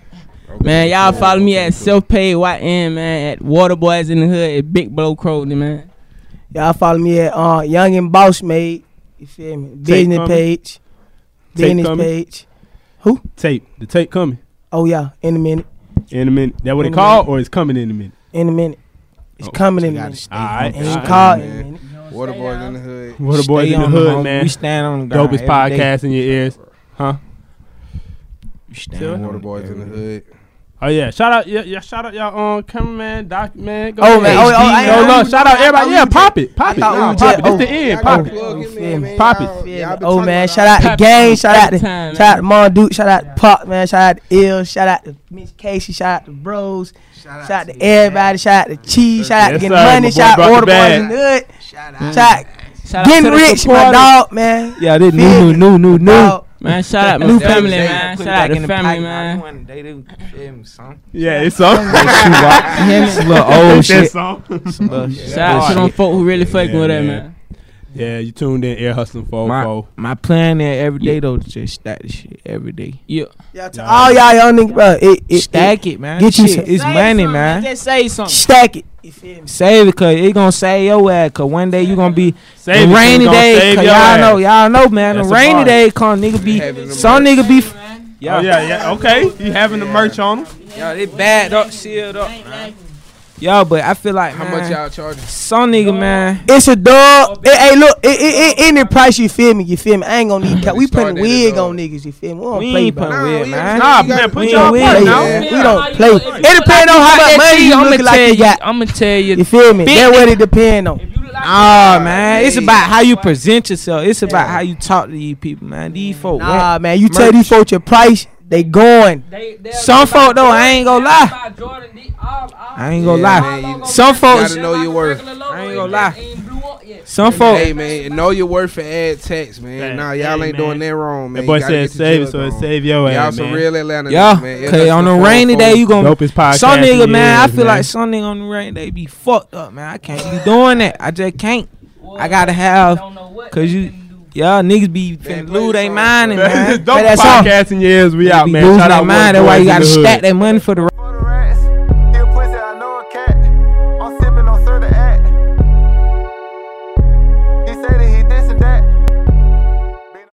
Man, y'all follow me at self paid YN man at Water Boys in the Hood at Big Blow Crowley man.
Y'all follow me at uh, Young and Boss Made. You feel me? Business
coming.
page.
Tape
Business
coming.
page.
Tape. The tape coming
Oh yeah, in a minute.
in a minute. That what
In
it
a
called, or it's coming in a minute.
In a minute. It's
Oh,
coming
so
in a
gotta
minute.
stay
All right.
And it's
All right,
called in a
man.
minute.
You
Water boys in the hood.
What the boys
Stay
in the
on
hood,
home.
man.
We stand on the ground
Dopest
every day.
podcast in your ears, huh?
We stand
Sure.
on
Water
it
boys in the
every day.
hood.
Oh yeah, shout out yeah, yeah shout out y'all um cameraman, doc man. Go
Oh,
ahead.
man. Oh, oh, I ain't-
no,
I
no,
ain't-
shout
I
out
thought
everybody.
we
Yeah,
was
pop it, pop it,
thought we
nah,
was
pop
just-
it. It's the
oh,
end,
Y'all
pop
gotta
it.
plug him
Feel
in,
me.
man.
Pop it.
Y'all-
Yeah,
y'all be
oh
talking
man,
about
shout out to
Happy
Gang, shout out to
time,
shout out to Mon Duke, shout out to Pop, man, shout out to Ill, shout out to Miss Casey, shout out to Bros, shout out to everybody, shout out to Cheese, shout out to
Yes,
Getting
sir.
Money,
My boy
shout out
brought
to Water
the
Boys
bag.
in the Hood,
Shout out.
shout out
Shout out to
Getting
the
Rich, my
supporters.
dog, man.
Yeah, this
Feel me?
new, new, new, new, new.
Dog.
Man, shout out my
New
family,
They
man.
put
Shout
it
out
back
the
in the
family,
pipe,
man.
man. They didn't feel me, son.
Yeah, it's on.
This little old shit.
It's on.
Some little
Shout out to them
shit.
folk who really fucking
Yeah,
with that,
man.
man.
Yeah, you tuned in air hustling four
My-
four.
My plan there every day though, to just stack the shit every day.
Y'all to all
Nah.
y'all young niggas, bro, it, it,
Stack it, man.
Get you
Shit,
some-
It's
Say
money,
something,
man.
Just say
it,
something.
stack it. You feel me?
Save it, cause it gonna save your ass. Cause one day you gonna be
Save it,
the
'cause
rainy
it's gonna
day.
save
Cause
your
y'all
ass.
know, y'all know, man.
That's
the
a
rainy
bar.
day come, nigga
Having
be
them
some nigga be.
Oh yeah, yeah. Okay, you having the
Yeah.
merch on them?
Yo, they bagged up, sealed up. Yo, but I feel like
How much
y'all?
y'all charging?
Some nigga, man.
It's a dog. It, hey, look, it, it, it, any price you feel me, you feel me. I ain't gonna need. Cap. We
Start
putting
at
a wig
the
on niggas. You feel me? We don't
We
play,
ain't
bro.
putting
Nah,
weed,
we
man.
ain't-
Nah,
you got
man,
the-
put
we
y'all
ain't
part
with
now.
it.
We don't play. It
you
depends on how much money you look like you got.
I'm gonna tell you.
You feel me? That's what it depend on.
If you look like
Ah, man. It's
Yeah.
about how you present yourself. It's about how you talk to these people, man. These folk. want-
Nah, man. You tell these
Merch.
folks your price, they going.
they, they'll
Some
look
folk,
like
though, I ain't gonna
Jordan,
lie.
by Jordan, they all- all-
I ain't gonna
Yeah,
lie.
man, you-
Some folks.
Gotta know your worth.
I ain't gonna lie.
Some
Some folk.
Hey man, know your worth for ad tax, man.
Hey,
Nah, y'all
hey,
ain't
man.
doing that wrong, man.
That boy
You gotta
said
get your
save it,
jug
so it
on.
save your
Y'all
ass,
some
man.
real Atlanta
Yeah,
niggas, man.
cause on a rainy day you gonna
Dopest podcast.
some
in
nigga, man. I
years,
feel like some nigga on the rainy day be fucked up, man. I can't be doing that. I just can't. I gotta have, cause you, y'all niggas be
Man,
finna
play
lose they
songs,
mind,
bro.
man.
Dope
that's all.
podcast in years. We
They
out,
be
man.
losing
Shout
their
out
mind. That's
Water Boys
why you
in the
gotta
Hood.
stack that money for the.